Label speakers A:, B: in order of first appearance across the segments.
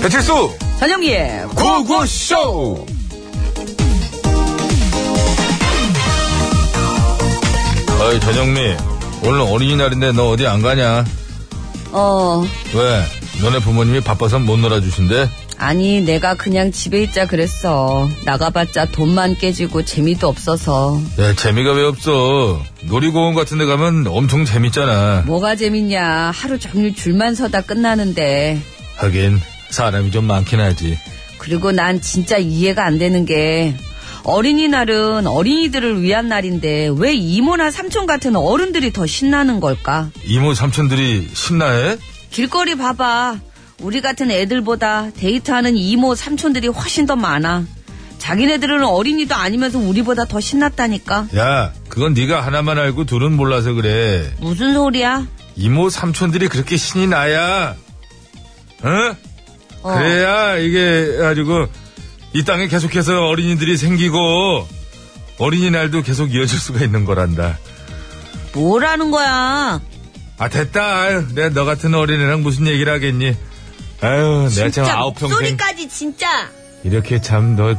A: 배칠수
B: 전영기의
A: 구구쇼
C: 어이 전영미 오늘 어린이날인데 너 어디 안 가냐?
B: 어
C: 왜? 너네 부모님이 바빠서 못 놀아주신대?
B: 아니 내가 그냥 집에 있자 그랬어 나가봤자 돈만 깨지고 재미도 없어서
C: 야, 재미가 왜 없어? 놀이공원 같은 데 가면 엄청 재밌잖아.
B: 뭐가 재밌냐 하루 종일 줄만 서다 끝나는데
C: 하긴 사람이 좀 많긴 하지.
B: 그리고 난 진짜 이해가 안 되는 게 어린이날은 어린이들을 위한 날인데 왜 이모나 삼촌 같은 어른들이 더 신나는 걸까?
C: 이모 삼촌들이 신나해?
B: 길거리 봐봐. 우리 같은 애들보다 데이트하는 이모 삼촌들이 훨씬 더 많아. 자기네들은 어린이도 아니면서 우리보다 더 신났다니까.
C: 야, 그건 네가 하나만 알고 둘은 몰라서 그래.
B: 무슨 소리야?
C: 이모 삼촌들이 그렇게 신이 나야. 응?
B: 어.
C: 그래야 이게 가지고 이 땅에 계속해서 어린이들이 생기고 어린이날도 계속 이어질 수가 있는 거란다.
B: 뭐라는 거야?
C: 아 됐다. 아유, 내가 너 같은 어린애랑 무슨 얘기를 하겠니? 아유, 내가 참
B: 진짜
C: 네, 아홉 평생
B: 목소리까지 진짜
C: 이렇게 참 너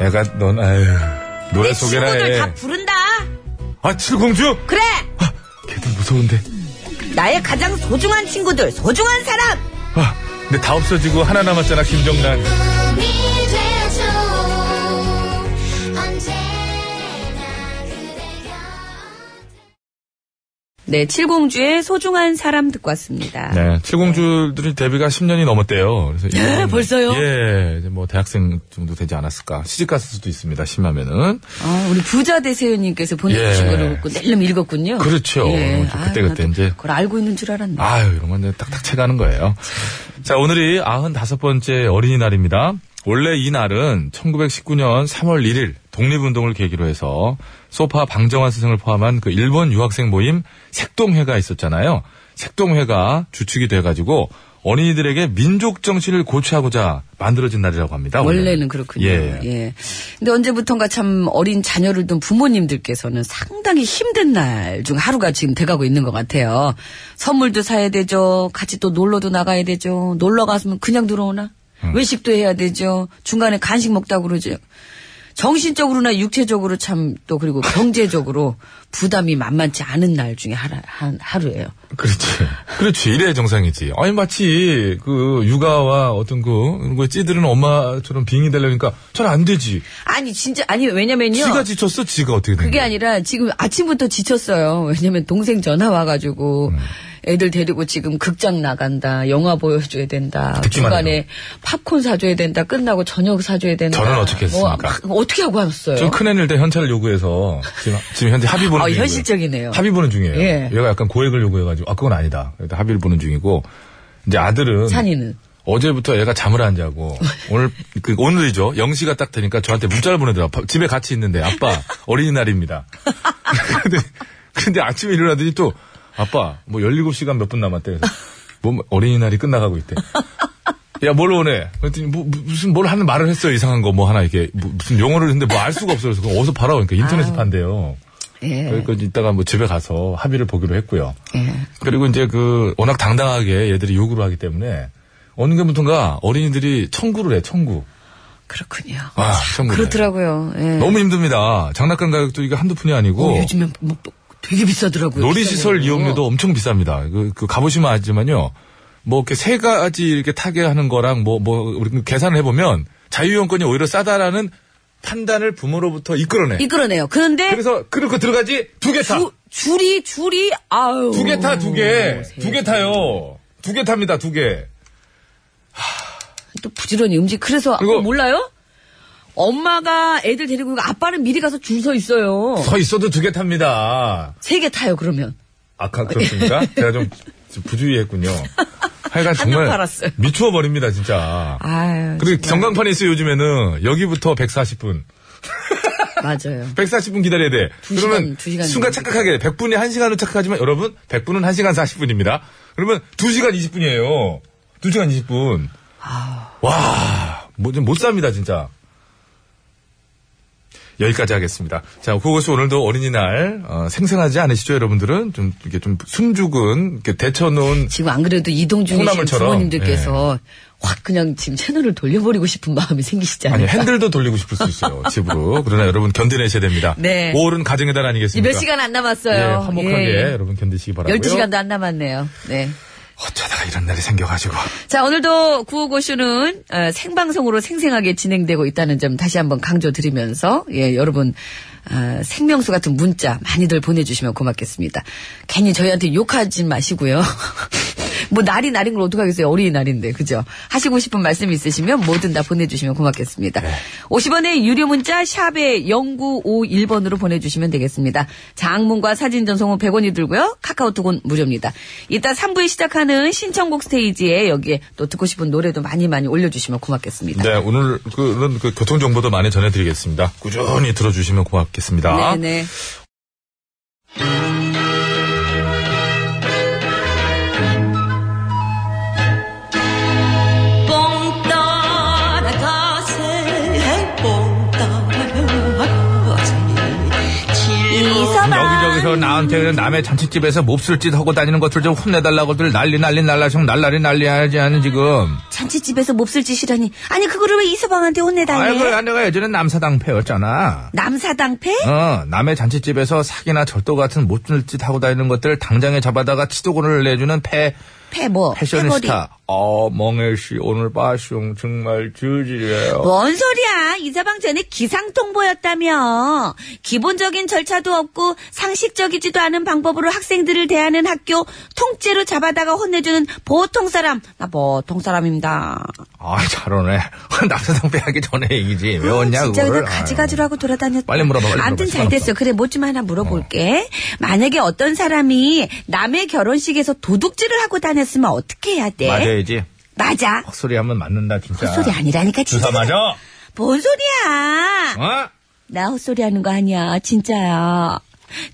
C: 애가 넌 아유 노래
B: 내
C: 소개나
B: 친구들 다
C: 해.
B: 부른다.
C: 아 칠공주?
B: 그래
C: 아, 걔들 무서운데.
B: 나의 가장 소중한 친구들 소중한 사람.
C: 아, 근데 다 없어지고 하나 남았잖아 김정란.
B: 네, 칠공주의 소중한 사람 듣고 왔습니다.
C: 네, 칠공주들이 데뷔가 10년이 넘었대요. 그래서 이분은-
B: 벌써요?
C: 예, 이제 뭐 대학생 정도 되지 않았을까. 시집 갔을 수도 있습니다. 심하면은.
B: 아, 우리 부자 대세윤님께서 보내주신
C: 예.
B: 거를 읽고 낼름 읽었군요. 예.
C: 그렇죠. 그때,
B: 아유,
C: 그때
B: 나도
C: 이제.
B: 그걸 알고 있는 줄 알았네.
C: 아유, 이런 건 딱딱 채가는 거예요. 자, 오늘이 95번째 어린이날입니다. 원래 이 날은 1919년 3월 1일 독립운동을 계기로 해서 소파 방정환 스승을 포함한 그 일본 유학생 모임 색동회가 있었잖아요. 색동회가 주축이 돼가지고 어린이들에게 민족 정신을 고취하고자 만들어진 날이라고 합니다.
B: 원래는 그렇군요.
C: 아, 예.
B: 예. 근데 언제부턴가 참 어린 자녀를 둔 부모님들께서는 상당히 힘든 날 중 하루가 지금 돼가고 있는 것 같아요. 선물도 사야 되죠. 같이 또 놀러도 나가야 되죠. 놀러 갔으면 그냥 들어오나? 외식도 해야 되죠. 중간에 간식 먹다 그러죠. 정신적으로나 육체적으로 참 또 그리고 경제적으로 부담이 만만치 않은 날 중에 하루, 한, 하루예요.
C: 그렇지. 그렇지. 이래야 정상이지. 아니, 마치, 그, 육아와 어떤 그, 그런 거에 찌들은 엄마처럼 빙의 되려니까 잘 안 되지.
B: 아니 진짜 아니 왜냐면요.
C: 지가 지쳤어, 지가 어떻게 된
B: 그게
C: 거야?
B: 아니라 지금 아침부터 지쳤어요. 왜냐면 동생 전화 와가지고
C: 음.
B: 애들 데리고 지금 극장 나간다, 영화 보여줘야 된다,
C: 듣기만 해요.
B: 중간에 팝콘 사줘야 된다, 끝나고 저녁 사줘야 된다.
C: 저는 어떻게 했습니까?
B: 뭐, 어떻게 하고 왔어요?
C: 좀 큰 애일 때 현찰을 요구해서 지금, 지금 현재 합의 보는
B: 아,
C: 중이에요.
B: 현실적이네요.
C: 합의 보는 중이에요.
B: 예.
C: 얘가 약간 고액을 요구해가지고 아 그건 아니다. 일단 합의를 보는 중이고 이제 아들은
B: 찬이는
C: 어제부터 얘가 잠을 안 자고 오늘 그 오늘이죠. 0시가 딱 되니까 저한테 문자를 보내더라. 바- 집에 같이 있는데 아빠 어린이날입니다. 근데 근데 아침에 일어나더니 또 아빠 뭐 17시간 몇 분 남았대. 그래서 뭐 어린이날이 끝나가고 있대. 야 뭘 원해? 그랬더니 뭐, 무- 무슨 뭘 하는 말을 했어요 이상한 거 뭐 하나 이렇게 뭐- 무슨 용어를 했는데 뭐 알 수가 없어요. 그래서 그거 어디서 팔아? 그러니까 인터넷에 판대요.
B: 예.
C: 그러니까 이따가 뭐 집에 가서 합의를 보기로 했고요.
B: 예.
C: 그리고 이제 그 워낙 당당하게 얘들이 요구를 하기 때문에 어느 게부터가 어린이들이 청구를 해 청구.
B: 그렇군요.
C: 아, 청구.
B: 그렇더라고요. 예.
C: 너무 힘듭니다. 장난감 가격도 이게 한두 푼이 아니고
B: 어, 요즘엔 뭐, 뭐 되게 비싸더라고요.
C: 놀이시설
B: 비싸네요.
C: 이용료도 엄청 비쌉니다. 그, 그 가보시면 알지만요. 뭐 이렇게 세 가지 이렇게 타게 하는 거랑 뭐 뭐 우리 계산을 해보면 자유이용권이 오히려 싸다라는 판단을 부모로부터 이끌어내.
B: 이끌어내요. 네? 그런데
C: 그래서 그렇게 들어가지 두 개 타.
B: 주, 줄이 줄이 아유
C: 두 개 타, 두 개. 두 개 타요. 두 개 탑니다, 두 개.
B: 또 부지런히 음식.
D: 어,
B: 그래서
C: 그리고-
B: 아, 몰라요? 엄마가 애들 데리고 오고 아빠는 미리 가서 줄 서 있어요.
C: 서 있어도 두 개 탑니다.
B: 세 개 타요 그러면.
C: 아까 그렇습니까? 제가 좀 부주의했군요. 하여간
B: 네. 한명
C: 정말
B: 팔았어요.
C: 미추어 버립니다, 진짜.
B: 아유.
C: 그리고 전광판에 있어요, 요즘에는. 여기부터 140분.
B: 맞아요.
C: 140분 기다려야 돼.
B: 두
C: 그러면
B: 시간, 두 시간
C: 순간 착각하게 돼. 100분이 1시간으로 착각하지만 여러분, 100분은 1시간 40분입니다. 그러면 2시간 20분이에요. 2시간 20분. 와, 뭐, 좀못 삽니다, 진짜. 여기까지 하겠습니다. 자, 그것이 오늘도 어린이날 어, 생생하지 않으시죠, 여러분들은 좀 이렇게 좀 숨죽은 이렇게 데쳐놓은
D: 지금 안 그래도 이동중이 지금
C: 콩나물처럼,
D: 부모님들께서
C: 예.
D: 확 그냥 지금 채널을 돌려버리고 싶은 마음이
C: 아니
D: 생기시잖아요.
C: 핸들도 돌리고 싶을 수 있어요 집으로. 그러나 여러분 견뎌내셔야 됩니다.
D: 네.
C: 5월은 가정의 달
D: 이제
C: 아니겠습니까?
D: 몇 시간 안
C: 예,
D: 남았어요.
C: 화목하게
D: 예.
C: 여러분 견디시기 바라고요.
D: 12시간도 안 남았네요. 네.
C: 어쩌다가 이런 날이 생겨가지고.
D: 자, 오늘도 구호고쇼는 어, 생방송으로 생생하게 진행되고 있다는 점 다시 한번 강조드리면서, 예, 여러분, 어, 생명수 같은 문자 많이들 보내주시면 고맙겠습니다. 괜히 저희한테 욕하지 마시고요. 뭐, 날이 날인 걸 어떡하겠어요. 어린이날인데, 그죠? 하시고 싶은 말씀 있으시면 뭐든 다 보내주시면 고맙겠습니다. 50원의 유료 문자 샵에 0951번으로 보내주시면 되겠습니다. 장문과 사진 전송은 100원이 들고요. 카카오톡은 무료입니다. 이따 3부에 시작하는 신청곡 스테이지에 여기에 또 듣고 싶은 노래도 많이 많이 올려주시면 고맙겠습니다.
C: 네, 오늘 그런 그 교통 정보도 많이 전해드리겠습니다. 꾸준히 들어주시면 고맙겠습니다.
D: 네네. 네.
B: 뽕
D: 네.
B: 따라가세 뽕 따라가세
C: 여기저기서 나한테 는 남의 잔치집에서 몹쓸 짓 하고 다니는 것들 좀 혼내달라고들 난리 난리 날라성 날라리 난리 하지 않은 지금.
D: 잔치집에서 몹쓸 짓이라니. 아니, 그거를 왜 이서방한테 혼내다니.
C: 아이고, 내가 예전에 남사당패였잖아.
D: 남사당패?
C: 어, 남의 잔치집에서 사기나 절도 같은 못쓸 짓 하고 다니는 것들 당장에 잡아다가 치도곤을 내주는 패,
D: 패 뭐? 패거리.
C: 패셔니스타. 어, 멍해씨, 오늘 봐숑 정말 저질이에요.
D: 뭔 소리야? 이사방 전에 기상통보였다며. 기본적인 절차도 없고 상식적이지도 않은 방법으로 학생들을 대하는 학교 통째로 잡아다가 혼내주는 보통 사람. 나 보통 사람입니다.
C: 아, 잘 오네. 남사당패 하기 전에 얘기지. 왜
D: 아,
C: 왔냐,
D: 진짜
C: 그거를.
D: 그냥 가지가지라고 돌아다녔다.
C: 빨리 물어봐, 빨리
D: 아무튼
C: 물어봐.
D: 잘 됐어. 그래, 뭐 좀 하나 물어볼게. 만약에 어떤 사람이 남의 결혼식에서 도둑질을 하고 다녔으면 어떻게 해야 돼?
C: 아유, 맞아야지.
D: 맞아. 그
C: 헛소리 하면 맞는다, 진짜.
D: 네. 헛소리 아니라니까, 진짜.
C: 주사 맞아?
D: 뭔 소리야?
C: 어?
D: 나 헛소리 하는 거 아니야. 진짜야.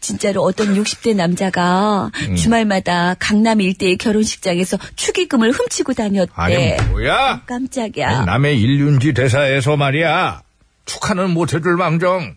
D: 진짜로 어떤 60대 남자가
C: 음.
D: 주말마다 강남 일대의 결혼식장에서 축의금을 훔치고 다녔대.
C: 아니, 뭐야?
D: 깜짝이야.
C: 아니, 남의 일륜지 대사에서 말이야. 축하는 못해줄 망정.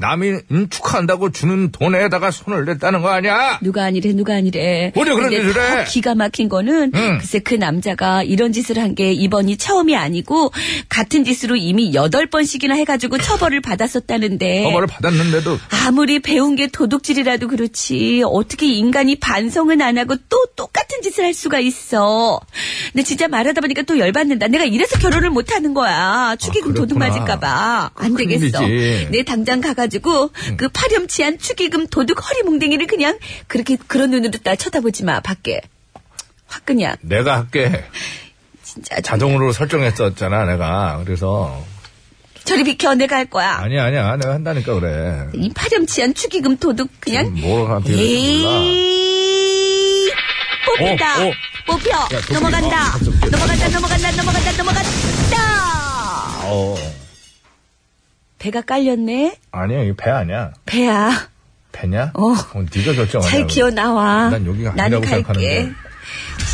C: 남이 음, 축한다고 주는 돈에다가 손을 냈다는 거 아니야?
D: 누가 아니래 누가 아니래.
C: 뭐래, 그런
D: 근데
C: 짓을 해?
D: 더 기가 막힌 거는
C: 응.
D: 글쎄 그 남자가 이런 짓을 한 게 이번이 처음이 아니고 같은 짓으로 이미 여덟 번씩이나 해가지고 처벌을 받았었다는데.
C: 처벌을 받았는데도
D: 아무리 배운 게 도둑질이라도 그렇지 어떻게 인간이 반성은 안 하고 또 똑같은 짓을 할 수가 있어. 근데 진짜 말하다 보니까 또 열받는다. 내가 이래서 결혼을 못 하는 거야. 축의금 도둑
C: 아, 그렇구나.
D: 맞을까 봐. 안
C: 그건
D: 되겠어.
C: 큰일이지. 음.
D: 내 당장 가가지고 그 파렴치한 축의금 도둑 허리몽댕이를 그냥 그렇게 그런 눈으로 딱 쳐다보지 마 밖에. 확 그냥
C: 내가 할게.
D: 진짜 저-
C: 자동으로 설정했었잖아, 내가. 그래서
D: 저리 비켜 내가 할 거야.
C: 아니야, 아니야. 내가 한다니까 그래.
D: 이 파렴치한 축의금 도둑 그냥
C: 음, 뭘 하는지 몰라.
D: 에이 뽑힌다
C: 어, 어.
D: 뽑혀
C: 야, 도둑이.
D: 넘어간다
C: 아, 무섭게.
D: 넘어간다 넘어간다 넘어간다 넘어간다
C: 어.
D: 배가 깔렸네
C: 아니야, 이거 배 아니야.
D: 배야
C: 배냐?
D: 어.
C: 네가 결정하냐.
D: 잘
C: 그래.
D: 기어 나와
C: 아, 난 여기가 아니라고
D: 갈게
C: 생각하는데.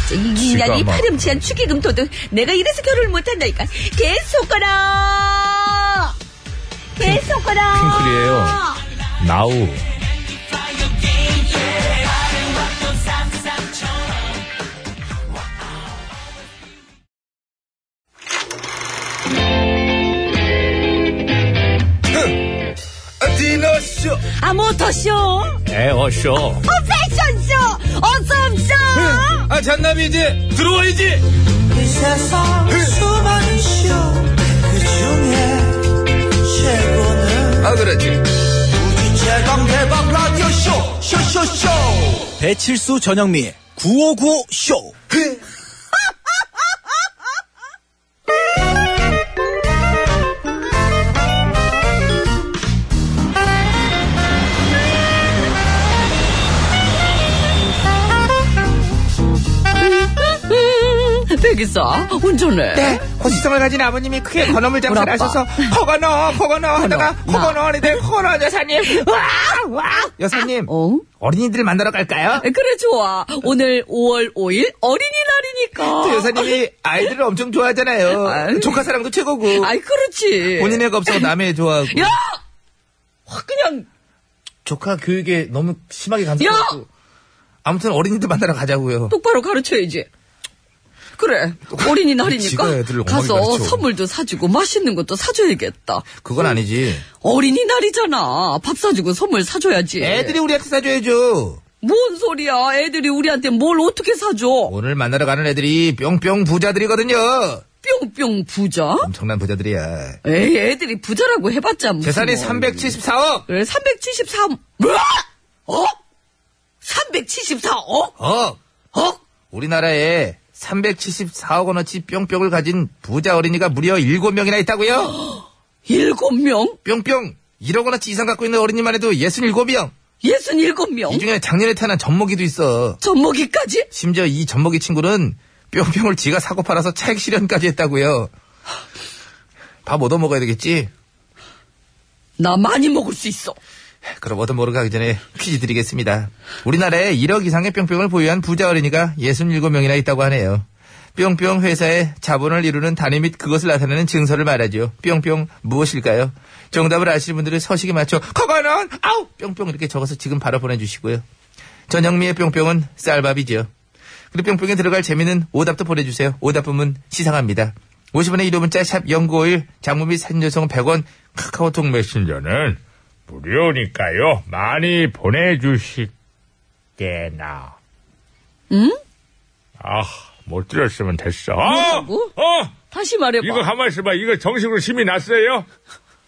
D: 진짜 이 인간이
C: 지가 막-
D: 파렴치한 축의금 도둑 내가 이래서 결혼을 못한다니까 계속 가라 계속 가라
C: 핑클이에요. 나우. 디너쇼
D: 아 모터쇼
C: 에어쇼
D: 어, 패션쇼 어썸쇼
C: 아 잔남이 이제 들어와야지
E: 이 세상
C: 네.
E: 수많은 쇼그 중에 최고는
C: 아 그렇지
E: 우주 최강 대박 라디오 쇼 쇼쇼쇼 배칠수 전영미 9595 쇼.
C: 네.
D: 음, 백이사 운전해.
F: 네, 고시성을 가진 아버님이 크게 건어물 장사를
D: 우리 아빠.
F: 하셔서 허건어, 허건어 하다가
D: 나.
F: 허건어원이 된 허건어 여사님. 와, 와. 여사님,
D: 어?
F: 어린이들 만나러 갈까요?
D: 그래 좋아. 오늘 5월 5일 어린이날이니까.
F: 또 여사님이 아이들을 엄청 좋아하잖아요.
D: 아유. 예.
F: 조카 사랑도 최고고.
D: 아이 그렇지.
F: 본인의 거 없어 남의 좋아하고.
D: 야
B: 확 그냥
F: 조카 교육에 너무 심하게
B: 야!
F: 간섭하고 아무튼 어린이들 만나러 가자고요.
B: 똑바로 가르쳐야지. 그래. 어린이
F: 지가
B: 날이니까
F: 애들을 엉망이
B: 가서
F: 가르쳐.
B: 선물도 사주고 맛있는 것도 사줘야겠다.
F: 그건 아니지.
B: 어린이 날이잖아. 밥 사주고 선물 사줘야지.
D: 예.
F: 애들이 우리한테 사줘야죠.
B: 뭔 소리야? 애들이 우리한테 뭘 어떻게 사줘?
F: 오늘 만나러 가는 애들이 뿅뿅 부자들이거든요.
B: 뿅뿅 부자?
F: 엄청난 부자들이야.
B: 에이, 애들이 부자라고 해봤자 무슨
F: 재산이
B: 뭐.
F: 374억.
B: 그래, 373. 뭐? 어? 374억?
F: 억.
B: 억?
F: 어, 우리나라에 374억 원어치 뿅뿅을 가진 부자 어린이가 무려 7명이나 있다고요.
B: 일곱 명?
F: 뿅뿅 1억 원어치 이상 갖고 있는 어린이만 해도 67명.
B: 예순 일곱 명?
F: 이 중에 작년에 태어난 젖먹이도 있어.
B: 젖먹이까지?
F: 심지어 이 젖먹이 친구는 뿅뿅을 지가 사고 팔아서 차액 실현까지 했다고요. 밥 얻어 먹어야 되겠지?
B: 나 많이 먹을 수 있어.
F: 그럼 얻어 먹으러 가기 전에 퀴즈 드리겠습니다. 우리나라에 1억 이상의 뿅뿅을 보유한 부자 어린이가 67명이나 있다고 하네요. 뿅뿅 회사의 자본을 이루는 단위 및 그것을 나타내는 증서를 말하죠. 뿅뿅 무엇일까요? 정답을 아시는 분들은 서식에 맞춰 그거는 아우 뿅뿅 이렇게 적어서 지금 바로 보내주시고요. 전영미의 뿅뿅은 쌀밥이죠. 그리고 뿅뿅에 들어갈 재미는 오답도 보내주세요. 오답 부문 시상합니다. 50원의 1호 문자 샵 0951 장문 및 사진 전송 100원 카카오톡 메신저는
C: 무료니까요. 많이 보내주실 때나.
B: 응?
C: 아, 못 들었으면 됐어.
F: 아!
C: 어!
B: 뭐라고? 뭐?
C: 어!
B: 다시 말해봐.
C: 이거 가만 있어봐. 이거 정식으로 심이 났어요.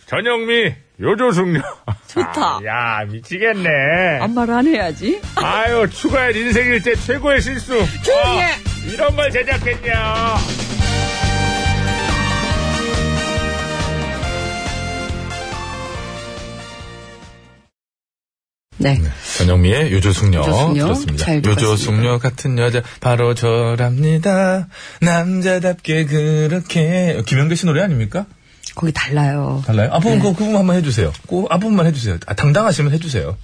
C: 전영미, 요조숙녀.
B: 좋다.
C: 아, 야, 미치겠네.
B: 안 말 안 해야지.
C: 아유, 추가열 인생일제 최고의 실수.
B: 조용히 해.
C: 아, 이런 걸 제작했냐.
B: 네.
C: 전영미의 요조숙녀
B: 요조숙녀
C: 들었습니다.
B: 잘 들었습니다.
C: 어, 요조숙녀 같은 여자 바로 저랍니다. 남자답게 그렇게 김영배 씨 노래 아닙니까?
B: 거기 달라요.
C: 달라요?
B: 네.
C: 앞부분 그, 그 부분 한번 해주세요. 그 앞부분만 해주세요. 아, 당당하시면 해주세요.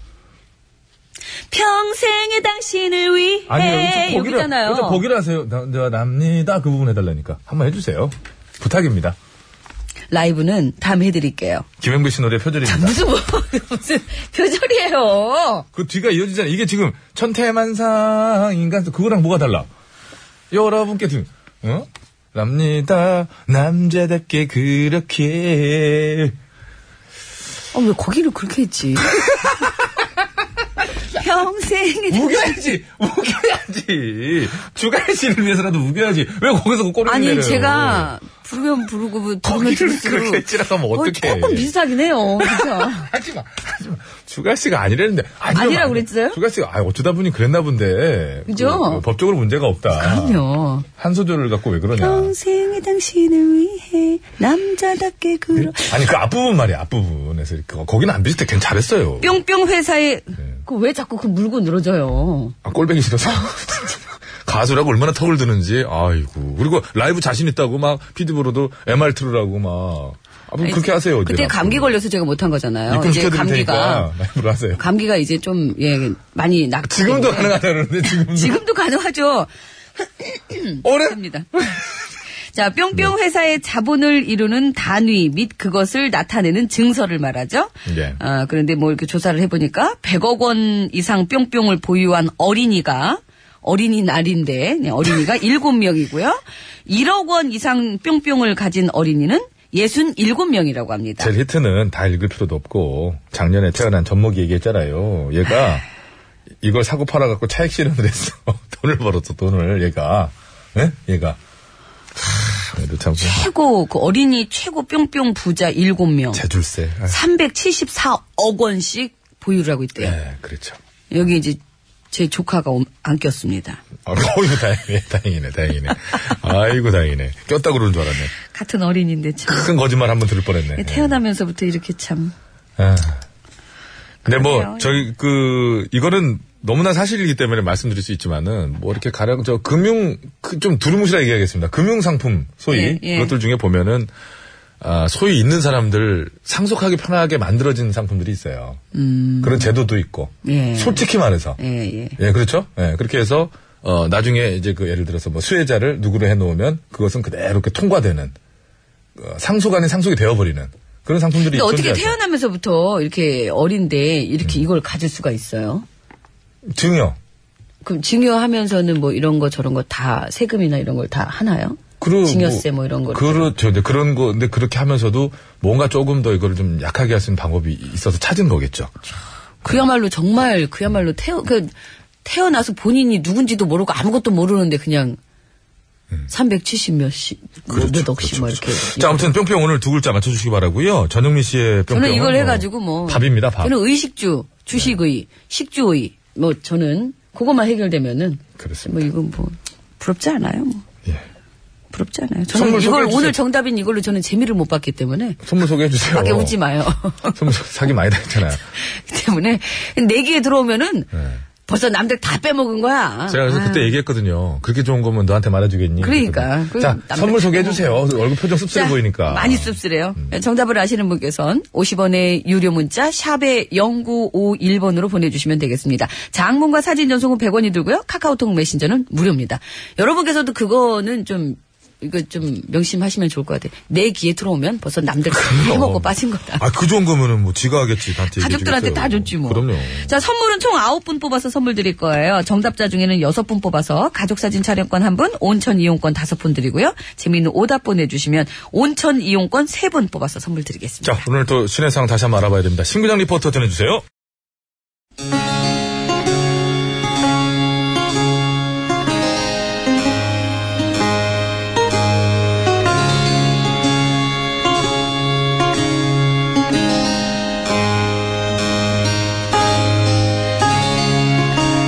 B: 평생의 당신을 위해.
C: 여기서 보기를-
B: 네, 여기잖아요.
C: 여기서 보기를 하세요. 나, 나, 납니다. 그 부분 해달라니까. 한번 해주세요. 부탁입니다.
B: 라이브는 다음에 해드릴게요.
C: 김영배 씨 노래 표절입니다.
B: 무슨, 뭐, 무슨 표절이에요.
C: 그 뒤가 이어지잖아요. 이게 지금 천태만상인가 그거랑 뭐가 달라? 여러분께 지금 어? 랍니다 남자답게 그렇게
B: 아, 왜 거기를 그렇게 했지? 평생의 당신.
C: 뭐 우겨야지 우겨야지 주간 씨를 위해서라도 우겨야지 왜 거기서 그 꼬리를
B: 아니
C: 내려요?
B: 제가 부르면 부르고 뭐 부르면
C: 거기를
B: 부를수록
C: 그렇게 했지라고 하면 어떡해. 아.
B: 조금 비슷하긴 해요. 진짜.
C: 하지마 하지마 주간 씨가 아니랬는데 아니라고
B: 아니라고 그랬어요?
C: 주간 씨가 아 어쩌다 보니 그랬나 본데
B: 그죠?
C: 그, 그 법적으로 문제가 없다
B: 그럼요.
C: 한 소절을 갖고 왜 그러냐
B: 평생의 당신을 위해 남자답게 그러.
C: 아니 그 앞부분 말이야 앞부분에서 그거 거기는 안 비슷해 괜히 잘했어요
B: 뿅뿅 회사에
C: 네.
B: 그 왜 자꾸 그 물고 늘어져요?
C: 아, 꼴뱅이 싫어서 가수라고 얼마나 턱을 드는지 아이고 그리고 라이브 자신 있다고 막 피드보로도 MR 틀으라고 막 아, 뭐 그렇게 하세요 이제
B: 그때
C: 앞으로.
B: 감기 걸려서 제가 못한
C: 네,
B: 거잖아요. 이제
C: 입금시켜드릴
B: 감기가 아,
C: 테니까 라이브로 하세요
B: 감기가 이제 좀 예 많이 낙.
C: 지금도 가능하다 그러는데 지금도
B: 지금도 가능하죠.
C: 올해
B: 합니다. 자, 뿅뿅
C: 네.
B: 회사의 자본을 이루는 단위 및 그것을 나타내는 증서를 말하죠.
C: 네.
B: 아, 그런데 뭐 이렇게 조사를 해보니까 100억 원 이상 뿅뿅을 보유한 어린이가 어린이날인데 네, 어린이가 7명이고요. 1억 원 이상 뿅뿅을 가진 어린이는 67명이라고 합니다.
C: 제일 히트는 다 읽을 필요도 없고 작년에 태어난 젖먹이 얘기했잖아요 얘가 이걸 사고 팔아갖고 차액 실현을 했어 돈을 벌었어 돈을 얘가 예? 얘가 참, 얘도 참
B: 최고 그 어린이 최고 뿅뿅 부자 7명.
C: 재줄세 아,
B: 374억 원씩 보유를 하고 있대요.
C: 예, 그렇죠
B: 여기 이제 제 조카가 옴- 안 꼈습니다.
C: 아, 어이구, 다행이네, 다행이네, 다행이네. 아이고, 다행이네. 꼈다 그러는 줄 알았네.
B: 같은 어린인데 참.
C: 큰 거짓말 한번 들을 뻔했네.
B: 태어나면서부터 이렇게 참.
C: 아. 근데 뭐,
B: 그래요. 예.
C: 저희, 그, 이거는 너무나 사실이기 때문에 말씀드릴 수 있지만은, 뭐, 이렇게 가령, 저, 금융, 그, 좀 두루뭉실하게 얘기하겠습니다. 금융상품, 소위.
B: 예, 예.
C: 그것들 중에 보면은, 아, 소위 있는 사람들 상속하기 편하게 만들어진 상품들이 있어요. 그런 제도도 있고.
B: 예.
C: 솔직히 말해서.
B: 음, 예, 예.
C: 예, 그렇죠. 예, 그렇게 해서 어 나중에 이제 그 예를 들어서 뭐 수혜자를 누구로 해놓으면 그것은 그대로 이렇게 통과되는 어, 상속 아닌 상속이 되어버리는 그런 상품들이
B: 근데 음. 어떻게
C: 존재하죠.
B: 태어나면서부터 이렇게 어린데 이렇게 이걸 가질 수가 있어요?
C: 등요.
B: 그럼 증여하면서는 뭐 이런 거 저런 거 다 세금이나 이런 걸 다 하나요?
C: 그리고
B: 증여세 뭐 이런 거.
C: 그렇죠. 근데 그런 거, 근데 그렇게 하면서도 뭔가 조금 더 이거를 좀 약하게 할 수 있는 방법이 있어서 찾은 거겠죠.
B: 그야말로 정말 그야말로 태어 그 태어나서 본인이 누군지도 모르고 아무것도 모르는데 그냥 음. 370 몇씩 몇 억씩 막 이렇게.
C: 자, 아무튼 뿅뿅 오늘 두 글자 맞춰주시기 바라고요 전영미 씨의 뿅뿅.
B: 저는 이걸 해가지고 뭐
C: 밥입니다, 네. 밥.
B: 저는 의식주, 주식의, 식주의 뭐 저는 그것만 해결되면은
C: 그렇습니다.
B: 뭐 이건 뭐 부럽지 않아요. 뭐
C: 예.
B: 부럽지 않아요.
C: 선물
B: 저는 이걸
C: 소개해주세요.
B: 오늘 정답인 이걸로 저는 재미를 못 봤기 때문에
C: 선물 소개해주세요.
B: 밖에 웃지 마요.
C: 선물 소- 사기 많이 당했잖아요.
B: 때문에 내기에 들어오면은
C: 네.
B: 벌써 남들 다 빼먹은 거야.
C: 제가 그래서
B: 아.
C: 그때 얘기했거든요. 그렇게 좋은 거면 너한테 말해주겠니?
B: 그러니까.
C: 그랬더니. 자,
B: 그리고
C: 선물
B: 남들
C: 소개해주세요. 얼굴 표정 씁쓸해
B: 자,
C: 보이니까. 음.
B: 많이 씁쓸해요. 네, 정답을 아시는 분께서는 50원의 유료 문자 샵에 0951번으로 보내주시면 되겠습니다. 장문과 사진 전송은 100원이 들고요. 카카오톡 메신저는 무료입니다. 여러분께서도 그거는 좀 이거 좀 명심하시면 좋을 것 같아요. 내 귀에 들어오면 벌써 남들 다 해먹고 빠진 거다.
C: 아, 그 좋은 거면은 뭐 지가 하겠지. 나한테
B: 가족들한테
C: 얘기해주겠어요.
B: 다 줬지 뭐.
C: 그럼요.
B: 자, 선물은 총 9분 뽑아서 선물 드릴 거예요. 정답자 중에는 6분 뽑아서 가족사진 촬영권 1분, 온천 이용권 5분 드리고요. 재미있는 오답 보내주시면 온천 이용권 3분 뽑아서 선물 드리겠습니다.
C: 자, 오늘 또 신의 상 다시 한번 알아봐야 됩니다. 신구장 리포터 전해주세요.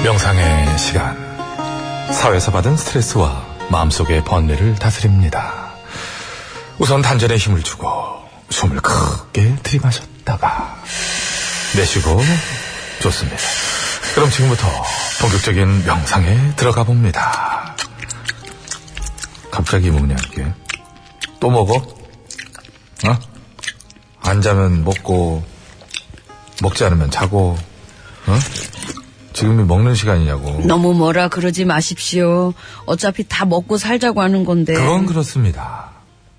C: 명상의 시간. 사회에서 받은 스트레스와 마음속의 번뇌를 다스립니다. 우선 단전에 힘을 주고 숨을 크게 들이마셨다가 내쉬고 좋습니다. 그럼 지금부터 본격적인 명상에 들어가 봅니다. 갑자기 뭐냐 이게 또 먹어? 어? 안 자면 먹고 먹지 않으면 자고 어? 지금이 먹는 시간이냐고
B: 너무 뭐라 그러지 마십시오. 어차피 다 먹고 살자고 하는 건데.
C: 그건 그렇습니다.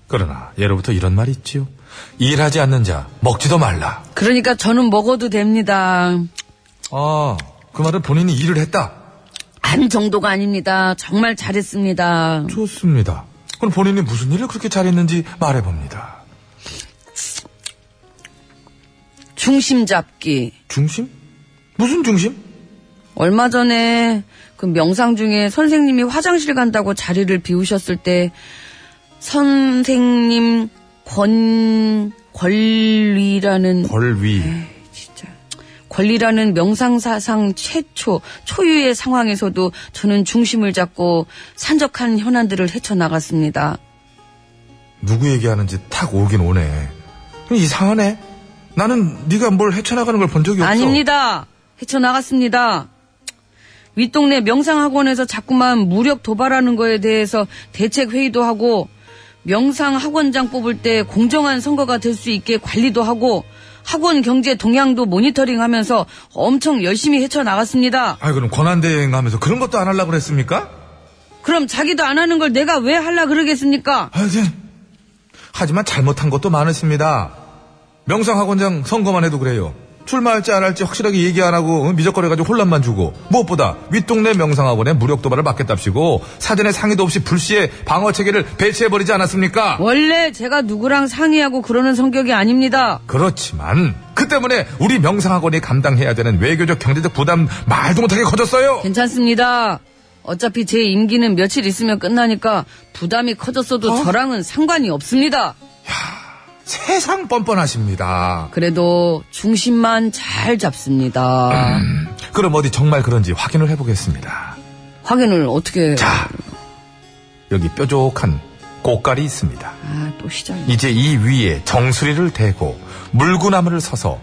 C: 그러나 예로부터 이런 말이 있지요. 일하지 않는 자 먹지도 말라.
B: 그러니까 저는 먹어도 됩니다.
C: 아, 그 말은 본인이 일을 했다.
B: 안 정도가 아닙니다. 정말 잘했습니다.
C: 좋습니다. 그럼 본인이 무슨 일을 그렇게 잘했는지 말해봅니다.
B: 중심 잡기.
C: 중심? 무슨 중심?
B: 얼마 전에 그 명상 중에 선생님이 화장실 간다고 자리를 비우셨을 때 선생님 권 권리라는
C: 벌위.
B: 네. 진짜 권리라는 명상 사상 최초 초유의 상황에서도 저는 중심을 잡고 산적한 현안들을 헤쳐나갔습니다.
C: 누구 얘기하는지 탁 오긴 오네. 이상하네. 나는 네가 뭘 헤쳐나가는 걸 본 적이 없어.
B: 아닙니다. 헤쳐나갔습니다. 윗동네 명상학원에서 자꾸만 무력 도발하는 거에 대해서 대책 회의도 하고 명상학원장 뽑을 때 공정한 선거가 될 수 있게 관리도 하고 학원 경제 동향도 모니터링하면서 엄청 열심히 헤쳐나갔습니다.
C: 아, 그럼 권한대행 하면서 그런 것도 안 하려고 그랬습니까?
B: 그럼 자기도 안 하는 걸 내가 왜 하려 그러겠습니까?
C: 하여튼 하지만 잘못한 것도 많으십니다. 명상학원장 선거만 해도 그래요. 출마할지 안 할지 확실하게 얘기 안 하고 어, 미적거려가지고 혼란만 주고 무엇보다 윗동네 명상학원에 무력 도발을 막겠답시고 사전에 상의도 없이 불시에 방어 체계를 배치해버리지 않았습니까?
B: 원래 제가 누구랑 상의하고 그러는 성격이 아닙니다.
C: 그렇지만 그 때문에 우리 명상학원이 감당해야 되는 외교적 경제적 부담 말도 못하게 커졌어요.
B: 괜찮습니다. 어차피 제 임기는 며칠 있으면 끝나니까 부담이 커졌어도 저랑은 상관이 없습니다.
C: 세상 뻔뻔하십니다.
B: 그래도 중심만 잘 잡습니다.
C: 그럼 어디 정말 그런지 확인을 해보겠습니다.
B: 확인을 어떻게?
C: 자, 여기 뾰족한 고깔이 있습니다.
B: 아 또 시작.
C: 이제 이 위에 정수리를 대고 물구나무를 서서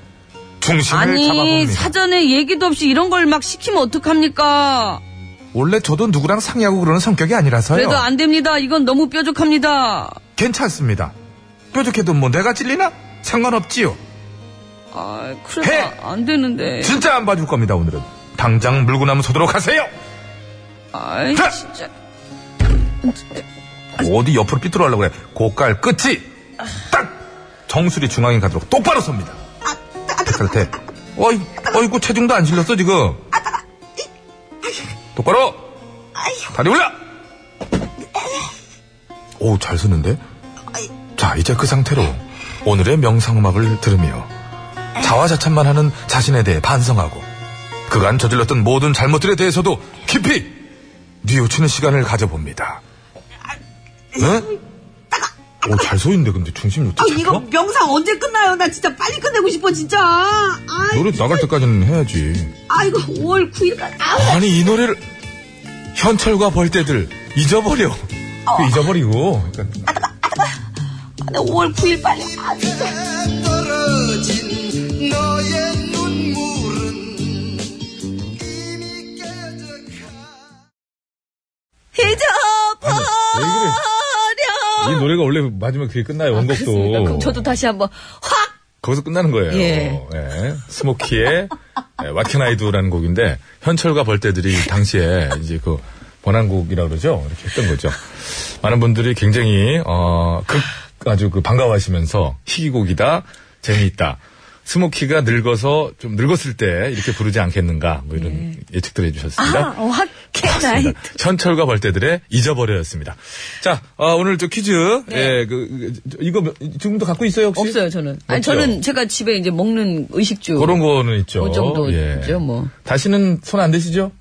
C: 중심을
B: 아니
C: 잡아봅니다.
B: 사전에 얘기도 없이 이런 걸 막 시키면 어떡합니까?
C: 원래 저도 누구랑 상의하고 그러는 성격이 아니라서요.
B: 그래도 안 됩니다. 이건 너무 뾰족합니다.
C: 괜찮습니다. 뾰족해도 뭐 내가 찔리나? 상관없지요.
B: 아
C: 해!
B: 그래도 안 되는데.
C: 진짜 안 봐줄 겁니다 오늘은. 당장 물구나무 서도록 하세요.
B: 아
C: 하!
B: 진짜.
C: 어디 옆으로 삐뚤어 하려고 그래. 고깔 끝이 딱 정수리 중앙에 가도록 똑바로 섭니다. 그렇대. 어이, 어이구, 체중도 안 실렸어, 지금. 똑바로! 다리 올라! 오, 잘 서는데? 자, 이제 그 상태로 오늘의 명상음악을 들으며 자화자찬만 하는 자신에 대해 반성하고 그간 저질렀던 모든 잘못들에 대해서도 깊이 뉘우치는 시간을 가져봅니다. 응? 오, 잘 서있는데, 근데 중심 요체.
G: 아,
C: 잘
G: 이거
C: 펴?
G: 명상 언제 끝나요? 나 진짜 빨리 끝내고 싶어, 진짜. 아이,
C: 노래 나갈 때까지는 해야지.
G: 아이고, 5월 9일까지. 아우,
C: 아니 이 노래를 현철과 벌떼들 잊어버려. 그 잊어버리고. 그러니까
G: 나 5월 9일 빨리. 아, 진짜.
H: 떨어진 너의 눈물은 이미 깨져가
C: 아니, 왜 그래?
B: 잊어버려.
C: 이 노래가 원래 마지막 뒤에 끝나요
B: 그렇습니까?
C: 원곡도.
B: 그럼 저도 다시 한번 확
C: 거기서 끝나는 거예요.
B: 예.
C: 예. 스모키의 예, What Can I Do라는 곡인데 현철과 벌떼들이 당시에 이제 그 번안곡이라고 그러죠. 이렇게 했던 거죠. 많은 분들이 굉장히 어, 극 아주 그 반가워하시면서 희귀곡이다, 재미있다. 스모키가 늙어서 좀 늙었을 때 이렇게 부르지 않겠는가 뭐 이런 예. 측들 해주셨습니다.
B: 아, 확 캐나이.
C: 맞습니다. 천철과 벌떼들의 잊어버려였습니다. 자, 어, 오늘 저 퀴즈, 예, 그, 그, 이거 몇- 지금도 갖고 있어요 혹시?
B: 네. 없어요 저는. 아니
C: 없죠.
B: 저는 제가 집에 이제 먹는 의식주.
C: 그런 거는 있죠.
B: 그 정도죠,
C: 예.
B: 뭐.
C: 다시는 손 안 대시죠?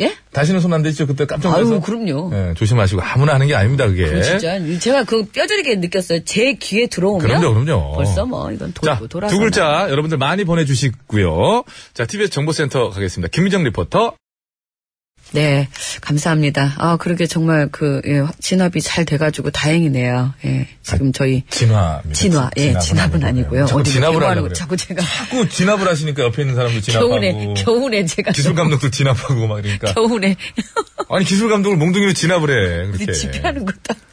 B: 예?
C: 다시는 손 안 대시죠? 그때 깜짝 놀라서. 네.
B: 아유, 그럼요. 뭐.
C: 예, 조심하시고 아무나 하는 게 아닙니다, 그게.
B: 진짜 제가 그 뼈저리게 느꼈어요. 제 귀에 들어오면.
C: 그럼요, 그럼요.
B: 벌써 뭐 이건
C: 자,
B: 돌고 돌아서.
C: 두 글자 여러분들 많이 보내주시고요. 자, TBS 정보센터 가겠습니다. 김미정 리포터.
B: 네, 감사합니다. 아 그러게 정말 그 예, 진압이 잘 돼가지고 다행이네요. 예, 지금 저희
C: 진화입니다.
B: 진화, 예, 진압은 아니고요.
C: 자꾸
B: 어디
C: 진압을
B: 개발하고
C: 하려고 그래요.
B: 자꾸 제가
C: 자꾸 진압을 하시니까 옆에 있는 사람도 진압하고.
B: 겨울에 겨울에 제가
C: 기술 감독도 진압하고 막 이러니까.
B: 겨울에
C: 아니 기술 감독을 몽둥이로 진압을 해. 그렇게.
B: 집회하는 것도 아니고.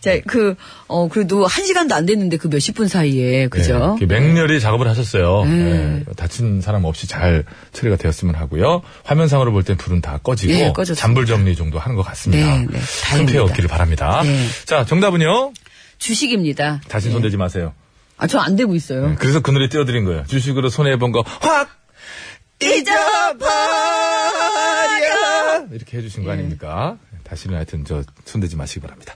B: 자, 그, 어, 그래도 한 시간도 안 됐는데 그 몇십 분 사이에, 그죠? 네.
C: 예, 이렇게 맹렬히 작업을 하셨어요. 예, 다친 사람 없이 잘 처리가 되었으면 하고요. 화면상으로 볼 땐 불은 다 꺼지고
B: 예, 꺼졌습니다.
C: 잔불 정리 정도 하는 것 같습니다.
B: 네, 네,
C: 큰
B: 다행입니다.
C: 피해 없기를 바랍니다.
B: 네.
C: 자, 정답은요.
B: 주식입니다.
C: 다시 손대지 마세요.
B: 아, 저 안 되고 있어요.
C: 그래서 그늘에 띄워드린 거예요. 주식으로 손해 본 거 확 잊어버려 이렇게 해주신
B: 네.
C: 거 아닙니까? 네, 다시는 하여튼 저 손대지 마시기 바랍니다.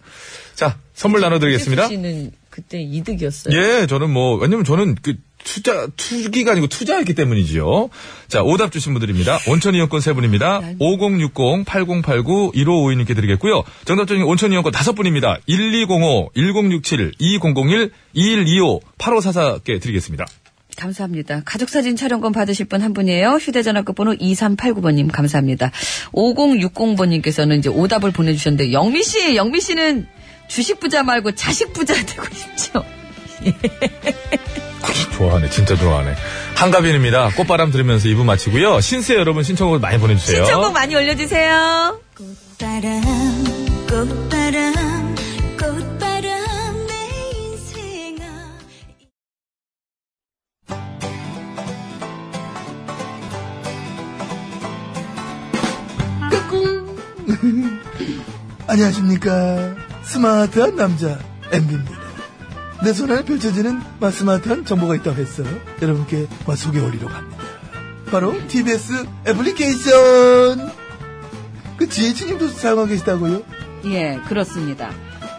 C: 자, 선물 나눠드리겠습니다.
B: 네, 주식은 그때 이득이었어요.
C: 예, 저는 뭐, 왜냐면 저는 그 투자, 투기가 아니고 투자였기 때문이지요. 자, 오답 주신 분들입니다. 온천 이용권 세 분입니다. 5060-8089-1552님께 드리겠고요. 정답 중에 온천 이용권 다섯 분입니다. 1205-1067-2001-2125-8544께 드리겠습니다.
B: 감사합니다. 가족사진 촬영권 받으실 분 한 분이에요. 휴대전화 끝번호 2389번님, 감사합니다. 5060번님께서는 이제 오답을 보내주셨는데, 영미씨, 영미씨는 주식부자 말고 자식부자 되고 싶죠?
C: 좋아하네, 진짜 좋아하네. 한가빈입니다. 꽃바람 들으면서 2부 마치고요. 신세 여러분 신청곡 많이 보내주세요.
B: 신청곡 많이 올려주세요.
A: 바람 꽃바람 꽃바람 내 인생아
H: 안녕하십니까 스마트한 남자 MB입니다 내 손안에 펼쳐지는 마 스마트한 정보가 있다고 해서 여러분께 마 소개해드리러 갑니다 바로 TBS 애플리케이션 그 지혜진님도 사용하고 계시다고요?
B: 예, 그렇습니다.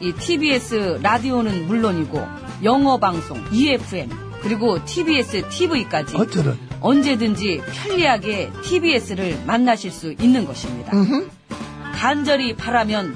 B: 이 TBS 라디오는 물론이고 영어 방송, EFM, 그리고 TBS TV까지
H: 어쩌면
B: 언제든지 편리하게 TBS를 만나실 수 있는 것입니다. 간절히 바라면